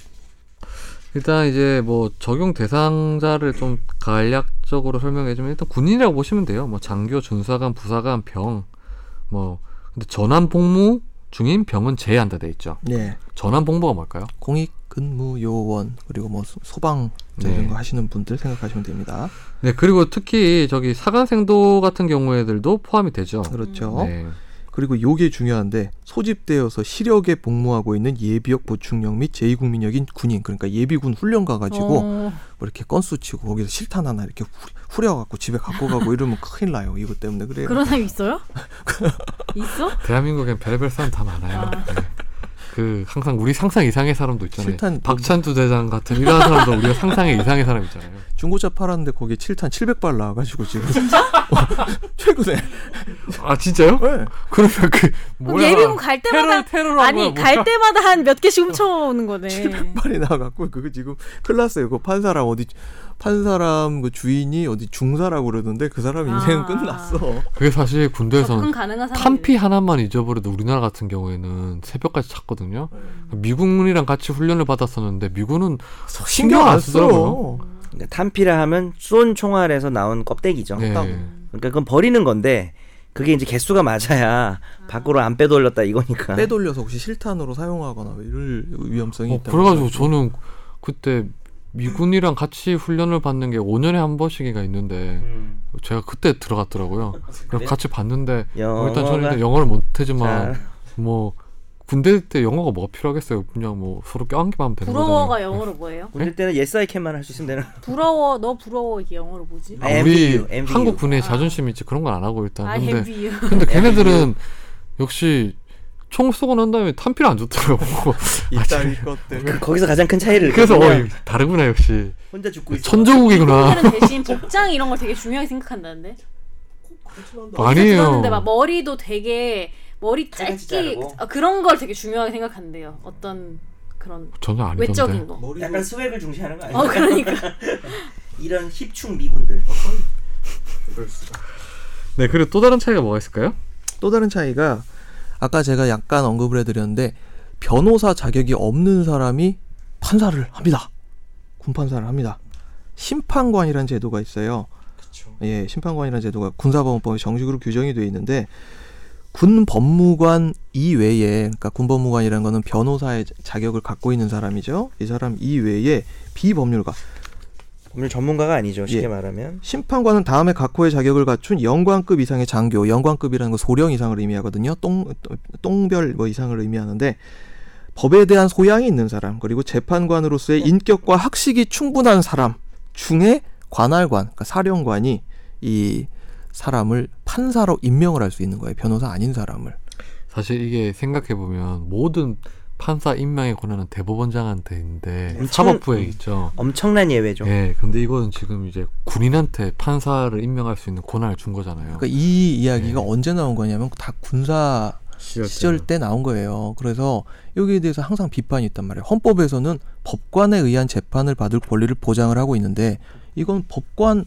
[SPEAKER 1] 일단 이제 뭐 적용 대상자를 좀 간략적으로 설명해주면 일단 군인이라고 보시면 돼요. 뭐 장교, 준사관, 부사관, 병. 뭐 근데 전환 복무 중인 병은 제외한다 돼 있죠.
[SPEAKER 4] 예.
[SPEAKER 1] 전환 복무가 뭘까요?
[SPEAKER 4] 공익 근무 요원 그리고 뭐 소- 소방 저 이런
[SPEAKER 1] 네.
[SPEAKER 4] 거 하시는 분들 생각하시면 됩니다.
[SPEAKER 1] 네 그리고 특히 저기 사관생도 같은 경우에들도 포함이 되죠.
[SPEAKER 4] 그렇죠.
[SPEAKER 1] 네.
[SPEAKER 4] 그리고 요게 중요한데 소집되어서 시력에 복무하고 있는 예비역 보충령 및 제2국민역인 군인 그러니까 예비군 훈련 가가지고
[SPEAKER 3] 어,
[SPEAKER 4] 뭐 이렇게 건수 치고 거기서 실탄 하나 이렇게 후- 후려갖고 집에 갖고 가고 이러면 큰일 나요 이것 때문에 그래요
[SPEAKER 3] 그런 사람
[SPEAKER 1] <laughs>
[SPEAKER 3] 있어요? 있어?
[SPEAKER 1] 대한민국엔 별의별 사람 다 많아요.
[SPEAKER 3] 아.
[SPEAKER 1] 네. 그 항상 우리 상상 이상의 사람도 있잖아요.
[SPEAKER 4] 실탄-
[SPEAKER 1] 박찬두 대장 같은 이런 사람도 우리가 상상의 이상의 사람 있잖아요.
[SPEAKER 4] 중고차 팔았는데 거기에 실탄 700발 나와가지고 지금 <laughs> 진짜? 최근에
[SPEAKER 1] 아 진짜요?
[SPEAKER 4] 네.
[SPEAKER 1] 그러면 그
[SPEAKER 3] 그럼
[SPEAKER 1] 뭐야?
[SPEAKER 3] 예비군 갈 때마다
[SPEAKER 1] 테러 테러라고
[SPEAKER 3] 아니 갈 때마다 한 몇 개씩 훔쳐오는 거네. <laughs>
[SPEAKER 4] 700발이 나와갖고 그거 지금 큰일 났어요 그거 판 사람 어디 판 사람 그 주인이 어디 중사라고 그러던데 그 사람 인생은
[SPEAKER 3] 아.
[SPEAKER 4] 끝났어
[SPEAKER 1] 그게 사실 군대에서는
[SPEAKER 3] 접근 가능한 사람.
[SPEAKER 1] 탄피 하나만 잊어버려도 우리나라 같은 경우에는 새벽까지 찾거든요. 미군이랑 같이 훈련을 받았었는데 미군은 신경 안 쓰더라고요.
[SPEAKER 2] 그러니까 탄피라 하면 쏜 총알에서 나온 껍데기죠.
[SPEAKER 1] 네.
[SPEAKER 4] 땅.
[SPEAKER 2] 그러니까 그건 버리는 건데 그게 이제 개수가 맞아야 밖으로 안 빼돌렸다 이거니까.
[SPEAKER 4] 네. 빼돌려서 혹시 실탄으로 사용하거나 뭐 이럴 위험성이
[SPEAKER 1] 어,
[SPEAKER 4] 있다.
[SPEAKER 1] 그래가지고 저는 그때 미군이랑 같이 훈련을 받는 게 5년에 한 번씩이가 있는데
[SPEAKER 2] 음.
[SPEAKER 1] 제가 그때 들어갔더라고요. 아, 그래서 같이 봤는데
[SPEAKER 2] 어,
[SPEAKER 1] 뭐 일단 저는 일단 영어를 못하지만
[SPEAKER 2] 자,
[SPEAKER 1] 뭐 군대 때 영어가 뭐가 필요하겠어요. 그냥 뭐 서로 껴안기만 하면 되는
[SPEAKER 3] 부러워가
[SPEAKER 1] 거잖아요.
[SPEAKER 3] 영어로 뭐예요?
[SPEAKER 2] 군대 때는 예스 아이캔만 할 수 있으면 되는. <laughs>
[SPEAKER 3] 부러워 너 부러워 이게 영어로 뭐지?
[SPEAKER 1] 아, 우리
[SPEAKER 2] MVU, MVU.
[SPEAKER 1] 한국 군의
[SPEAKER 3] 아.
[SPEAKER 1] 자존심 있지 그런 건 안 하고 일단
[SPEAKER 3] I
[SPEAKER 1] 근데
[SPEAKER 3] have you.
[SPEAKER 1] 근데 걔네들은 역시 총 쏘고 난 다음에 탄피를 안 <laughs> 줬더라고.
[SPEAKER 4] 이따위 것들.
[SPEAKER 2] 그- 거기서 가장 큰 차이를
[SPEAKER 1] 그래서 어
[SPEAKER 2] 그냥
[SPEAKER 1] 다르구나 역시
[SPEAKER 2] 혼자 죽고
[SPEAKER 3] 그
[SPEAKER 2] 있어.
[SPEAKER 1] 천조국이구나.
[SPEAKER 3] 사람들은 대신 복장 이런 걸 되게 중요하게 생각한다는데.
[SPEAKER 1] 아니에요.
[SPEAKER 3] 들었는데 막뭐 머리도 되게 머리
[SPEAKER 2] 칼같이
[SPEAKER 3] 짧게
[SPEAKER 2] 자르고.
[SPEAKER 3] 아, 그런 걸 되게 중요하게 생각한대요. 어떤 그런
[SPEAKER 1] 전혀 아니던데.
[SPEAKER 3] 외적인 거.
[SPEAKER 2] 약간 스웩을 중시하는 거 아니야?
[SPEAKER 3] 어 그러니까
[SPEAKER 2] 이런 힙충 미군들.
[SPEAKER 1] 네 그리고 또 다른 차이가 뭐가 있을까요?
[SPEAKER 4] 또 다른 차이가 아까 제가 약간 언급을 해드렸는데 변호사 자격이 없는 사람이 판사를 합니다. 군판사를 합니다. 심판관이라는 제도가 있어요. 예, 심판관이라는 제도가 군사법원법에 정식으로 규정이 돼 있는데 군 법무관 이외에 그러니까 군 법무관이라는 거는 변호사의 자격을 갖고 있는 사람이죠. 이 사람 이외에 비법률가
[SPEAKER 2] 법률 전문가가 아니죠. 쉽게
[SPEAKER 4] 예.
[SPEAKER 2] 말하면.
[SPEAKER 4] 심판관은 다음에 각호의 자격을 갖춘 영관급 이상의 장교, 영관급이라는 건 소령 이상을 의미하거든요. 똥, 똥별 뭐 이상을 의미하는데 법에 대한 소양이 있는 사람, 그리고 재판관으로서의 인격과 학식이 충분한 사람 중에 관할관, 그러니까 사령관이 이 사람을 판사로 임명을 할 수 있는 거예요. 변호사 아닌 사람을.
[SPEAKER 1] 사실 이게 생각해 보면 모든 판사 임명의 권한은 대법원장한테 있는데
[SPEAKER 2] 엄청-
[SPEAKER 1] 사법부에 있죠.
[SPEAKER 2] 엄청난 예외죠.
[SPEAKER 1] 예, 근데 이거는 지금 이제 군인한테 판사를 임명할 수 있는 권한을 준 거잖아요.
[SPEAKER 4] 그러니까 이 이야기가
[SPEAKER 1] 어. 네.
[SPEAKER 4] 언제 나온 거냐면 다 군사 시절 때 나온 거예요. 그래서 여기에 대해서 항상 비판이 있단 말이에요. 헌법에서는 법관에 의한 재판을 받을 권리를 보장을 하고 있는데 이건 법관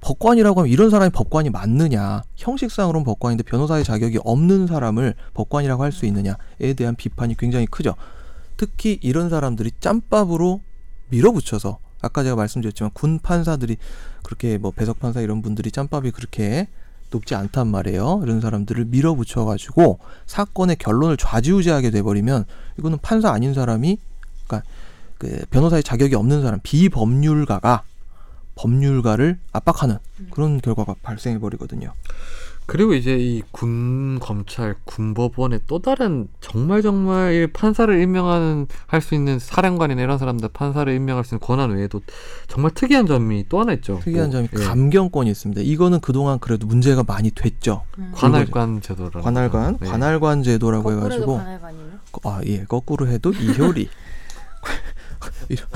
[SPEAKER 4] 법관이라고 하면 이런 사람이 법관이 맞느냐 형식상으로는 법관인데 변호사의 자격이 없는 사람을 법관이라고 할 수 있느냐에 대한 비판이 굉장히 크죠. 특히 이런 사람들이 짬밥으로 밀어붙여서 아까 제가 말씀드렸지만 군 판사들이 그렇게 뭐 배석 판사 이런 분들이 짬밥이 그렇게 높지 않단 말이에요. 이런 사람들을 밀어붙여 가지고 사건의 결론을 좌지우지하게 돼버리면 이거는 판사 아닌 사람이 그러니까 그 변호사의 자격이 없는 사람
[SPEAKER 3] 음.
[SPEAKER 4] 비법률가가 법률가를 압박하는 그런 결과가 발생해 버리거든요.
[SPEAKER 1] 그리고 이제 이 군 검찰 군법원의 또 다른 정말 정말 이 판사를 임명하는 할 수 있는 사령관이나 이런 사람들 판사를 임명할 수 있는 권한 외에도 정말 특이한 점이 또 하나 있죠.
[SPEAKER 4] 특이한
[SPEAKER 1] 뭐,
[SPEAKER 4] 점이
[SPEAKER 1] 예,
[SPEAKER 4] 감경권이 있습니다. 이거는 그동안 그래도 문제가 많이 됐죠.
[SPEAKER 1] 관할관 제도라.
[SPEAKER 4] 관할관,
[SPEAKER 1] 네.
[SPEAKER 4] 관할관 제도라고 해가지고
[SPEAKER 3] 관할관이네.
[SPEAKER 4] 아, 예, 거꾸로 해도 이효리. <laughs> 이런-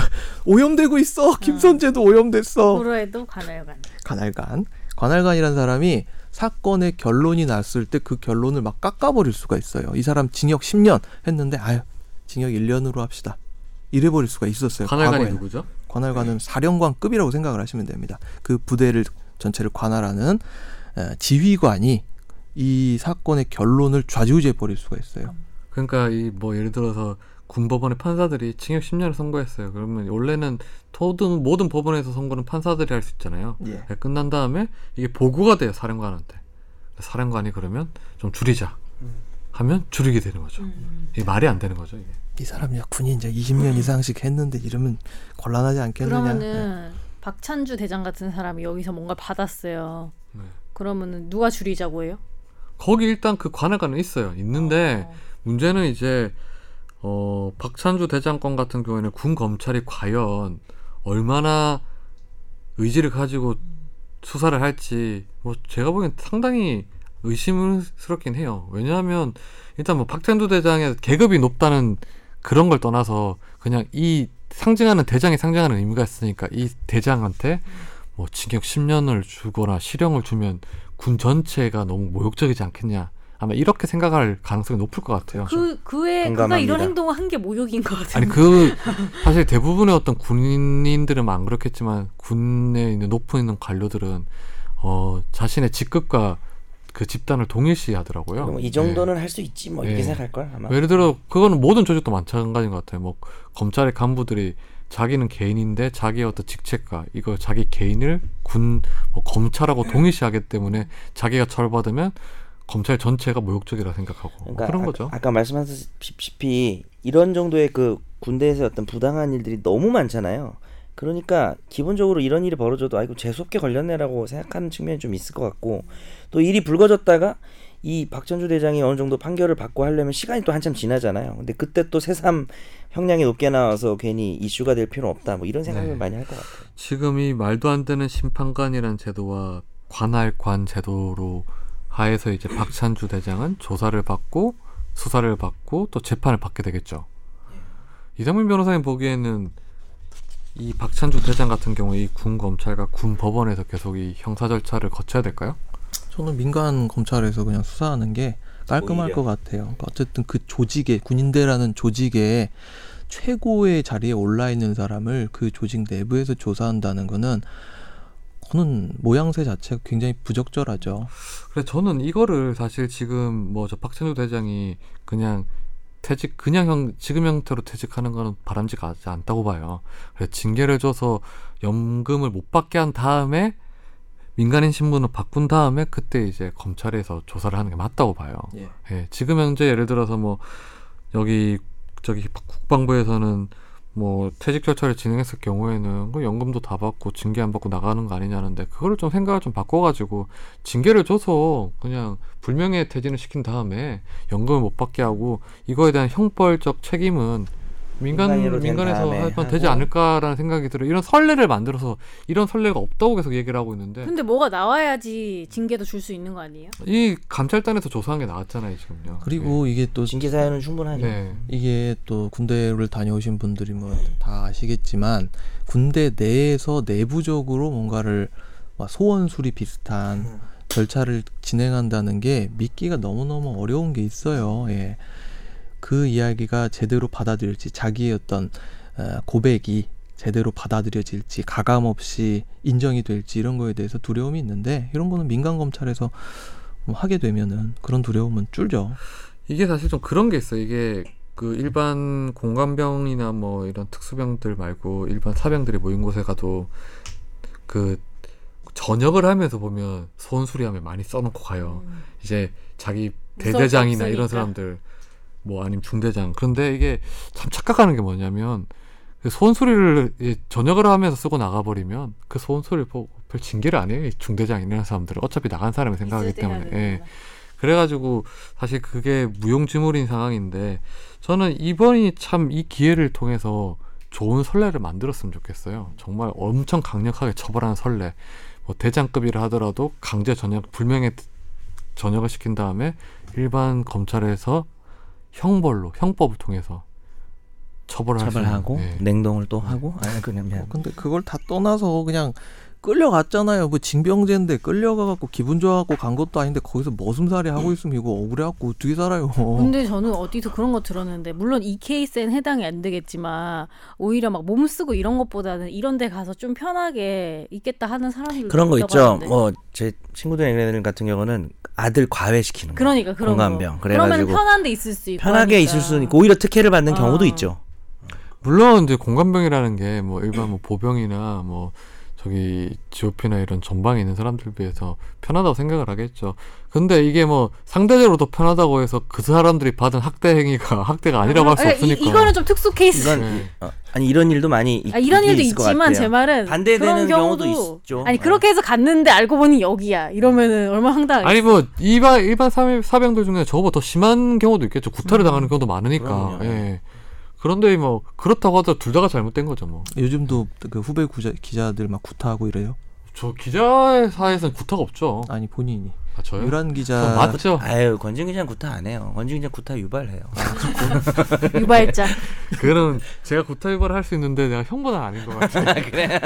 [SPEAKER 4] 오염되고 있어. 김선재도
[SPEAKER 3] 음.
[SPEAKER 4] 오염됐어.
[SPEAKER 3] 불어에도 관할관.
[SPEAKER 4] 관할관. 관할관이란 사람이 사건의 결론이 났을 때 그 결론을 막 깎아버릴 수가 있어요. 이 사람 징역 10년 했는데 아유 징역 1년으로 합시다. 이래버릴 수가 있었어요.
[SPEAKER 1] 관할관이 네.
[SPEAKER 4] 과거에는.
[SPEAKER 1] 누구죠?
[SPEAKER 4] 관할관은 사령관급이라고 생각을 하시면 됩니다. 그 부대를 전체를 관할하는 에, 지휘관이 이 사건의 결론을 좌지우지해 버릴 수가 있어요.
[SPEAKER 1] 그러니까 이 뭐 예를 들어서 군법원의 판사들이 징역 10년을 선고했어요. 그러면 원래는 모든 모든 법원에서 선고는 판사들이 할 수 있잖아요.
[SPEAKER 3] 음.
[SPEAKER 4] 예.
[SPEAKER 1] 예, 끝난 다음에 이게 보고가 돼요 사령관한테. 사령관이 그러면 좀 줄이자 하면 줄이게 되는 거죠.
[SPEAKER 3] 음.
[SPEAKER 1] 이게 말이 안 되는 거죠 이게.
[SPEAKER 4] 이 사람이 군인
[SPEAKER 3] <laughs>
[SPEAKER 4] 이제 20년 이상씩 했는데 이러면 곤란하지 않겠느냐. 네.
[SPEAKER 3] 그러면은 박찬주 대장 같은 사람이 여기서 뭔가 받았어요.
[SPEAKER 1] 네.
[SPEAKER 3] 그러면은 누가 줄이자고 해요?
[SPEAKER 1] 거기 일단 그 관할관은 있어요. 있는데
[SPEAKER 3] 어.
[SPEAKER 1] 문제는 이제 어 박찬주 대장권 같은 경우에는 군 검찰이 과연 얼마나 의지를 가지고 수사를 할지 뭐 제가 보기엔 상당히 의심스럽긴 해요. 왜냐하면 일단 뭐 박찬주 대장의 계급이 높다는 그런 걸 떠나서 그냥 이 상징하는 대장이 상징하는 의미가 있으니까 이 대장한테 뭐 징역 10년을 주거나 실형을 주면 군 전체가 너무 모욕적이지 않겠냐 아마 이렇게 생각할 가능성이 높을 것 같아요.
[SPEAKER 3] 그 그의 그가
[SPEAKER 2] 공감합니다.
[SPEAKER 3] 이런 행동을 한 게 모욕인 것 같은데.
[SPEAKER 1] 아니 그 사실 대부분의 어떤 군인들은 뭐 안 그렇겠지만 군에 있는 높은 있는 관료들은 어 자신의 직급과 그 집단을 동일시하더라고요.
[SPEAKER 2] 뭐 이 정도는 할 수 있지 뭐 이렇게
[SPEAKER 1] 네.
[SPEAKER 2] 생각할 걸 아마.
[SPEAKER 1] 예. 예를 들어 그거는 모든 조직도 마찬가지인 것 같아요. 뭐 검찰의 간부들이 자기는 개인인데 자기의 어떤 직책과 이거 자기 개인을 군 뭐 검찰하고 동일시하기 때문에 자기가 처벌받으면 검찰 전체가 모욕적이라 생각하고 뭐
[SPEAKER 2] 그러니까
[SPEAKER 1] 그런
[SPEAKER 2] 아,
[SPEAKER 1] 거죠.
[SPEAKER 2] 아까 말씀하셨다시피 이런 정도의 그 군대에서 어떤 부당한 일들이 너무 많잖아요. 그러니까 기본적으로 이런 일이 벌어져도 아이고 재수없게 걸렸네라고 생각하는 측면이 좀 있을 것 같고 또 일이 불거졌다가 이 박천주 대장이 어느 정도 판결을 받고 하려면 시간이 또 한참 지나잖아요. 근데 그때 또 새삼 형량이 높게 나와서 괜히 이슈가 될 필요는 없다. 뭐 이런 생각을
[SPEAKER 1] 네.
[SPEAKER 2] 많이 할 것 같아요.
[SPEAKER 1] 지금 이 말도 안 되는 심판관이라는 제도와 관할관 제도로 하에서 이제 박찬주 대장은 조사를 받고 수사를 받고 또 재판을 받게 되겠죠. 이상민 변호사님 보기에는 이 박찬주 대장 같은 경우에 이 군 검찰과 군 법원에서 계속 이 형사 절차를 거쳐야 될까요?
[SPEAKER 4] 저는 민간 검찰에서 그냥 수사하는 게 깔끔할
[SPEAKER 2] 오히려.
[SPEAKER 4] 것 같아요. 그러니까 어쨌든 그 조직에 군인대라는 조직에 최고의 자리에 올라 있는 사람을 그 조직 내부에서 조사한다는 거는 그는 모양새 자체가 굉장히 부적절하죠.
[SPEAKER 1] 그래 저는 이거를 사실 지금 뭐 저 박찬주 대장이 그냥 퇴직 그냥 형 지금 형태로 퇴직하는 거는 바람직하지 않다고 봐요. 그래서 징계를 줘서 연금을 못 받게 한 다음에 민간인 신분으로 바꾼 다음에 그때 이제 검찰에서 조사를 하는 게 맞다고 봐요.
[SPEAKER 4] 예.
[SPEAKER 1] 예, 지금 현재 예를 들어서 뭐 여기 저기 국방부에서는 뭐 퇴직 절차를 진행했을 경우에는 그 연금도 다 받고 징계 안 받고 나가는 거 아니냐는데 그거를 좀 생각을 좀 바꿔가지고 징계를 줘서 그냥 불명예 퇴진을 시킨 다음에 연금을 못 받게 하고 이거에 대한 형벌적 책임은 민간
[SPEAKER 2] 민간인으로 된
[SPEAKER 1] 민간에서
[SPEAKER 2] 다음에
[SPEAKER 1] 하면 되지
[SPEAKER 2] 하고.
[SPEAKER 1] 않을까라는 생각이 들어 요 이런 선례를 만들어서 이런 선례가 없다고 계속 얘기를 하고 있는데
[SPEAKER 3] 근데 뭐가 나와야지 징계도 줄 수 있는 거 아니에요?
[SPEAKER 1] 이 감찰단에서 조사한 게 나왔잖아요 지금요.
[SPEAKER 2] 예.
[SPEAKER 4] 그리고 이게 또
[SPEAKER 2] 징계 사연은 충분하죠.
[SPEAKER 1] 네.
[SPEAKER 4] 이게 또 군대를 다녀오신 분들이 뭐 다 아시겠지만 군대 내에서 내부적으로 뭔가를 막 소원술이 비슷한 절차를 진행한다는 게 믿기가 너무너무 어려운 게 있어요. 예. 그 이야기가 제대로 받아들일지 자기의 어떤 어, 고백이 제대로 받아들여질지 가감 없이 인정이 될지 이런 거에 대해서 두려움이 있는데 이런 거는 민간 검찰에서 뭐 하게 되면은 그런 두려움은 줄죠.
[SPEAKER 1] 이게 사실 좀 그런 게 있어요. 이게 그 일반 공관병이나 뭐 이런 특수병들 말고 일반 사병들이 모인 곳에 가도 그 전역을 하면서 보면 소원수리함에 많이 써놓고 가요.
[SPEAKER 3] 음.
[SPEAKER 1] 이제 자기
[SPEAKER 3] 무서울 게
[SPEAKER 1] 대대장이나 이런
[SPEAKER 3] 없으니까.
[SPEAKER 1] 사람들 뭐 아니면 중대장. 그런데 이게 참 착각하는 게 뭐냐면 그 소원수리를 이 전역을 하면서 쓰고 나가버리면 그 소원수리를 보고 그걸 징계를 안 해요. 이 중대장이라는 사람들은 어차피 나간 사람의 생각이기
[SPEAKER 3] 있을 때 해야
[SPEAKER 1] 때문에. 예.
[SPEAKER 3] 되는구나.
[SPEAKER 1] 그래가지고 사실 그게 무용지물인 상황인데 저는 이번이 참 이 기회를 통해서 좋은 선례를 만들었으면 좋겠어요. 정말 엄청 강력하게 처벌하는 선례. 뭐 대장급이라 하더라도 강제 전역 불명예 전역을 시킨 다음에 일반 검찰에서 형벌로 형법을 통해서 처벌을 할수 있는,
[SPEAKER 2] 처벌하고
[SPEAKER 1] 예.
[SPEAKER 2] 냉동을 또 하고 아 그냥
[SPEAKER 4] 어, 근데 그걸 다 떠나서 그냥 끌려갔잖아요. 뭐 징병제인데 끌려가갖고 기분 좋아갖고 간 것도 아닌데 거기서 머슴살이 하고 있으면 이거 억울해갖고 어떻게 살아요.
[SPEAKER 3] 근데 저는 어디서 그런 거 들었는데 물론 이 케이스엔 해당이 안 되겠지만 오히려 막 몸 쓰고 이런 것보다는 이런 데 가서 좀 편하게 있겠다 하는 사람들도
[SPEAKER 2] 그런 거
[SPEAKER 3] 있다고
[SPEAKER 2] 있죠.
[SPEAKER 3] 하는데.
[SPEAKER 2] 뭐 제 친구들 애들 같은 경우는 아들 과외시키는 거.
[SPEAKER 3] 그러니까 그런
[SPEAKER 2] 건강병.
[SPEAKER 3] 거.
[SPEAKER 2] 그래가지고
[SPEAKER 3] 그러면 편한 데 있을 수 있고
[SPEAKER 2] 편하게
[SPEAKER 3] 하니까.
[SPEAKER 2] 있을 수는 있고 오히려 특혜를 받는
[SPEAKER 3] 아.
[SPEAKER 2] 경우도 있죠.
[SPEAKER 1] 물론 이제 공감병이라는 게 뭐 일반 뭐 보병이나 뭐 저기 GOP나 이런 전방에 있는 사람들 비해서 편하다고 생각을 하겠죠. 근데 이게 뭐 상대적으로 더 편하다고 해서 그 사람들이 받은 학대 행위가 <laughs> 학대가 아니라고 할 수
[SPEAKER 3] 아, 이-
[SPEAKER 1] 없으니까.
[SPEAKER 3] 이거는 좀 특수 케이스.
[SPEAKER 2] 이건
[SPEAKER 1] 네.
[SPEAKER 2] 어, 아니 이런 일도 많이 있,
[SPEAKER 3] 아, 이런 일도
[SPEAKER 2] 있을 것
[SPEAKER 3] 있지만
[SPEAKER 2] 같아요.
[SPEAKER 3] 제 말은
[SPEAKER 2] 반대되는
[SPEAKER 3] 그런 경우도,
[SPEAKER 2] 경우도 있죠.
[SPEAKER 3] 아니
[SPEAKER 2] 어.
[SPEAKER 3] 그렇게 해서 갔는데 알고 보니 여기야. 이러면은 얼마나 황당해.
[SPEAKER 1] 아니 뭐 일반 일반 사병- 사병들 중에 저보다 더 심한 경우도 있겠죠. 구타를 당하는 경우도 많으니까.
[SPEAKER 2] 음, 그럼요.
[SPEAKER 1] 예. 그런데 뭐 그렇다고 하더라도 둘 다가 잘못된 거죠 뭐.
[SPEAKER 4] <laughs> 요즘도 그 후배 구자, 기자들 막 구타하고 이래요.
[SPEAKER 1] 저 기자사에서는 구타가 없죠.
[SPEAKER 4] 아니 본인이
[SPEAKER 1] 아, 저요?
[SPEAKER 4] 유란
[SPEAKER 1] 저
[SPEAKER 4] 기자
[SPEAKER 1] 맞죠.
[SPEAKER 2] 아유 권진기장 구타 안 해요. 권진기장 구타 유발해요.
[SPEAKER 3] 유발자.
[SPEAKER 1] 그는 제가 구타 유발을 할 수 있는데 내가 형보다 아닌 것 같아요.
[SPEAKER 2] 그래.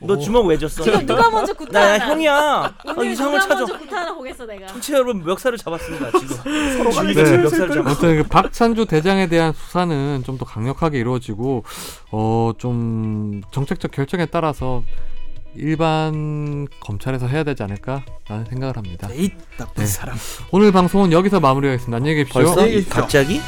[SPEAKER 2] 너 주먹 왜 줬어?
[SPEAKER 3] 지금 누가 먼저
[SPEAKER 2] 나,
[SPEAKER 3] 구타하나?
[SPEAKER 2] 나 형이야. 아,
[SPEAKER 3] 오늘
[SPEAKER 2] 이상을
[SPEAKER 3] 누가
[SPEAKER 2] 찾아.
[SPEAKER 3] 먼저 구타하나 보겠어 내가.
[SPEAKER 2] 청취 자 여러분 멱살을 잡았습니다 지금. <laughs> 서로
[SPEAKER 1] 네.
[SPEAKER 2] 멱살을 잡았어.
[SPEAKER 1] 아무튼 그 박찬주 대장에 대한 수사는 좀 더 강력하게 이루어지고 어 좀 정책적 결정에 따라서 일반 검찰에서 해야 되지 않을까라는 생각을 합니다.
[SPEAKER 4] 에이 나쁜 사람.
[SPEAKER 2] 네,
[SPEAKER 1] 오늘 방송은 여기서 마무리하겠습니다. 안녕히 계십시오.
[SPEAKER 2] 벌써 갑자기?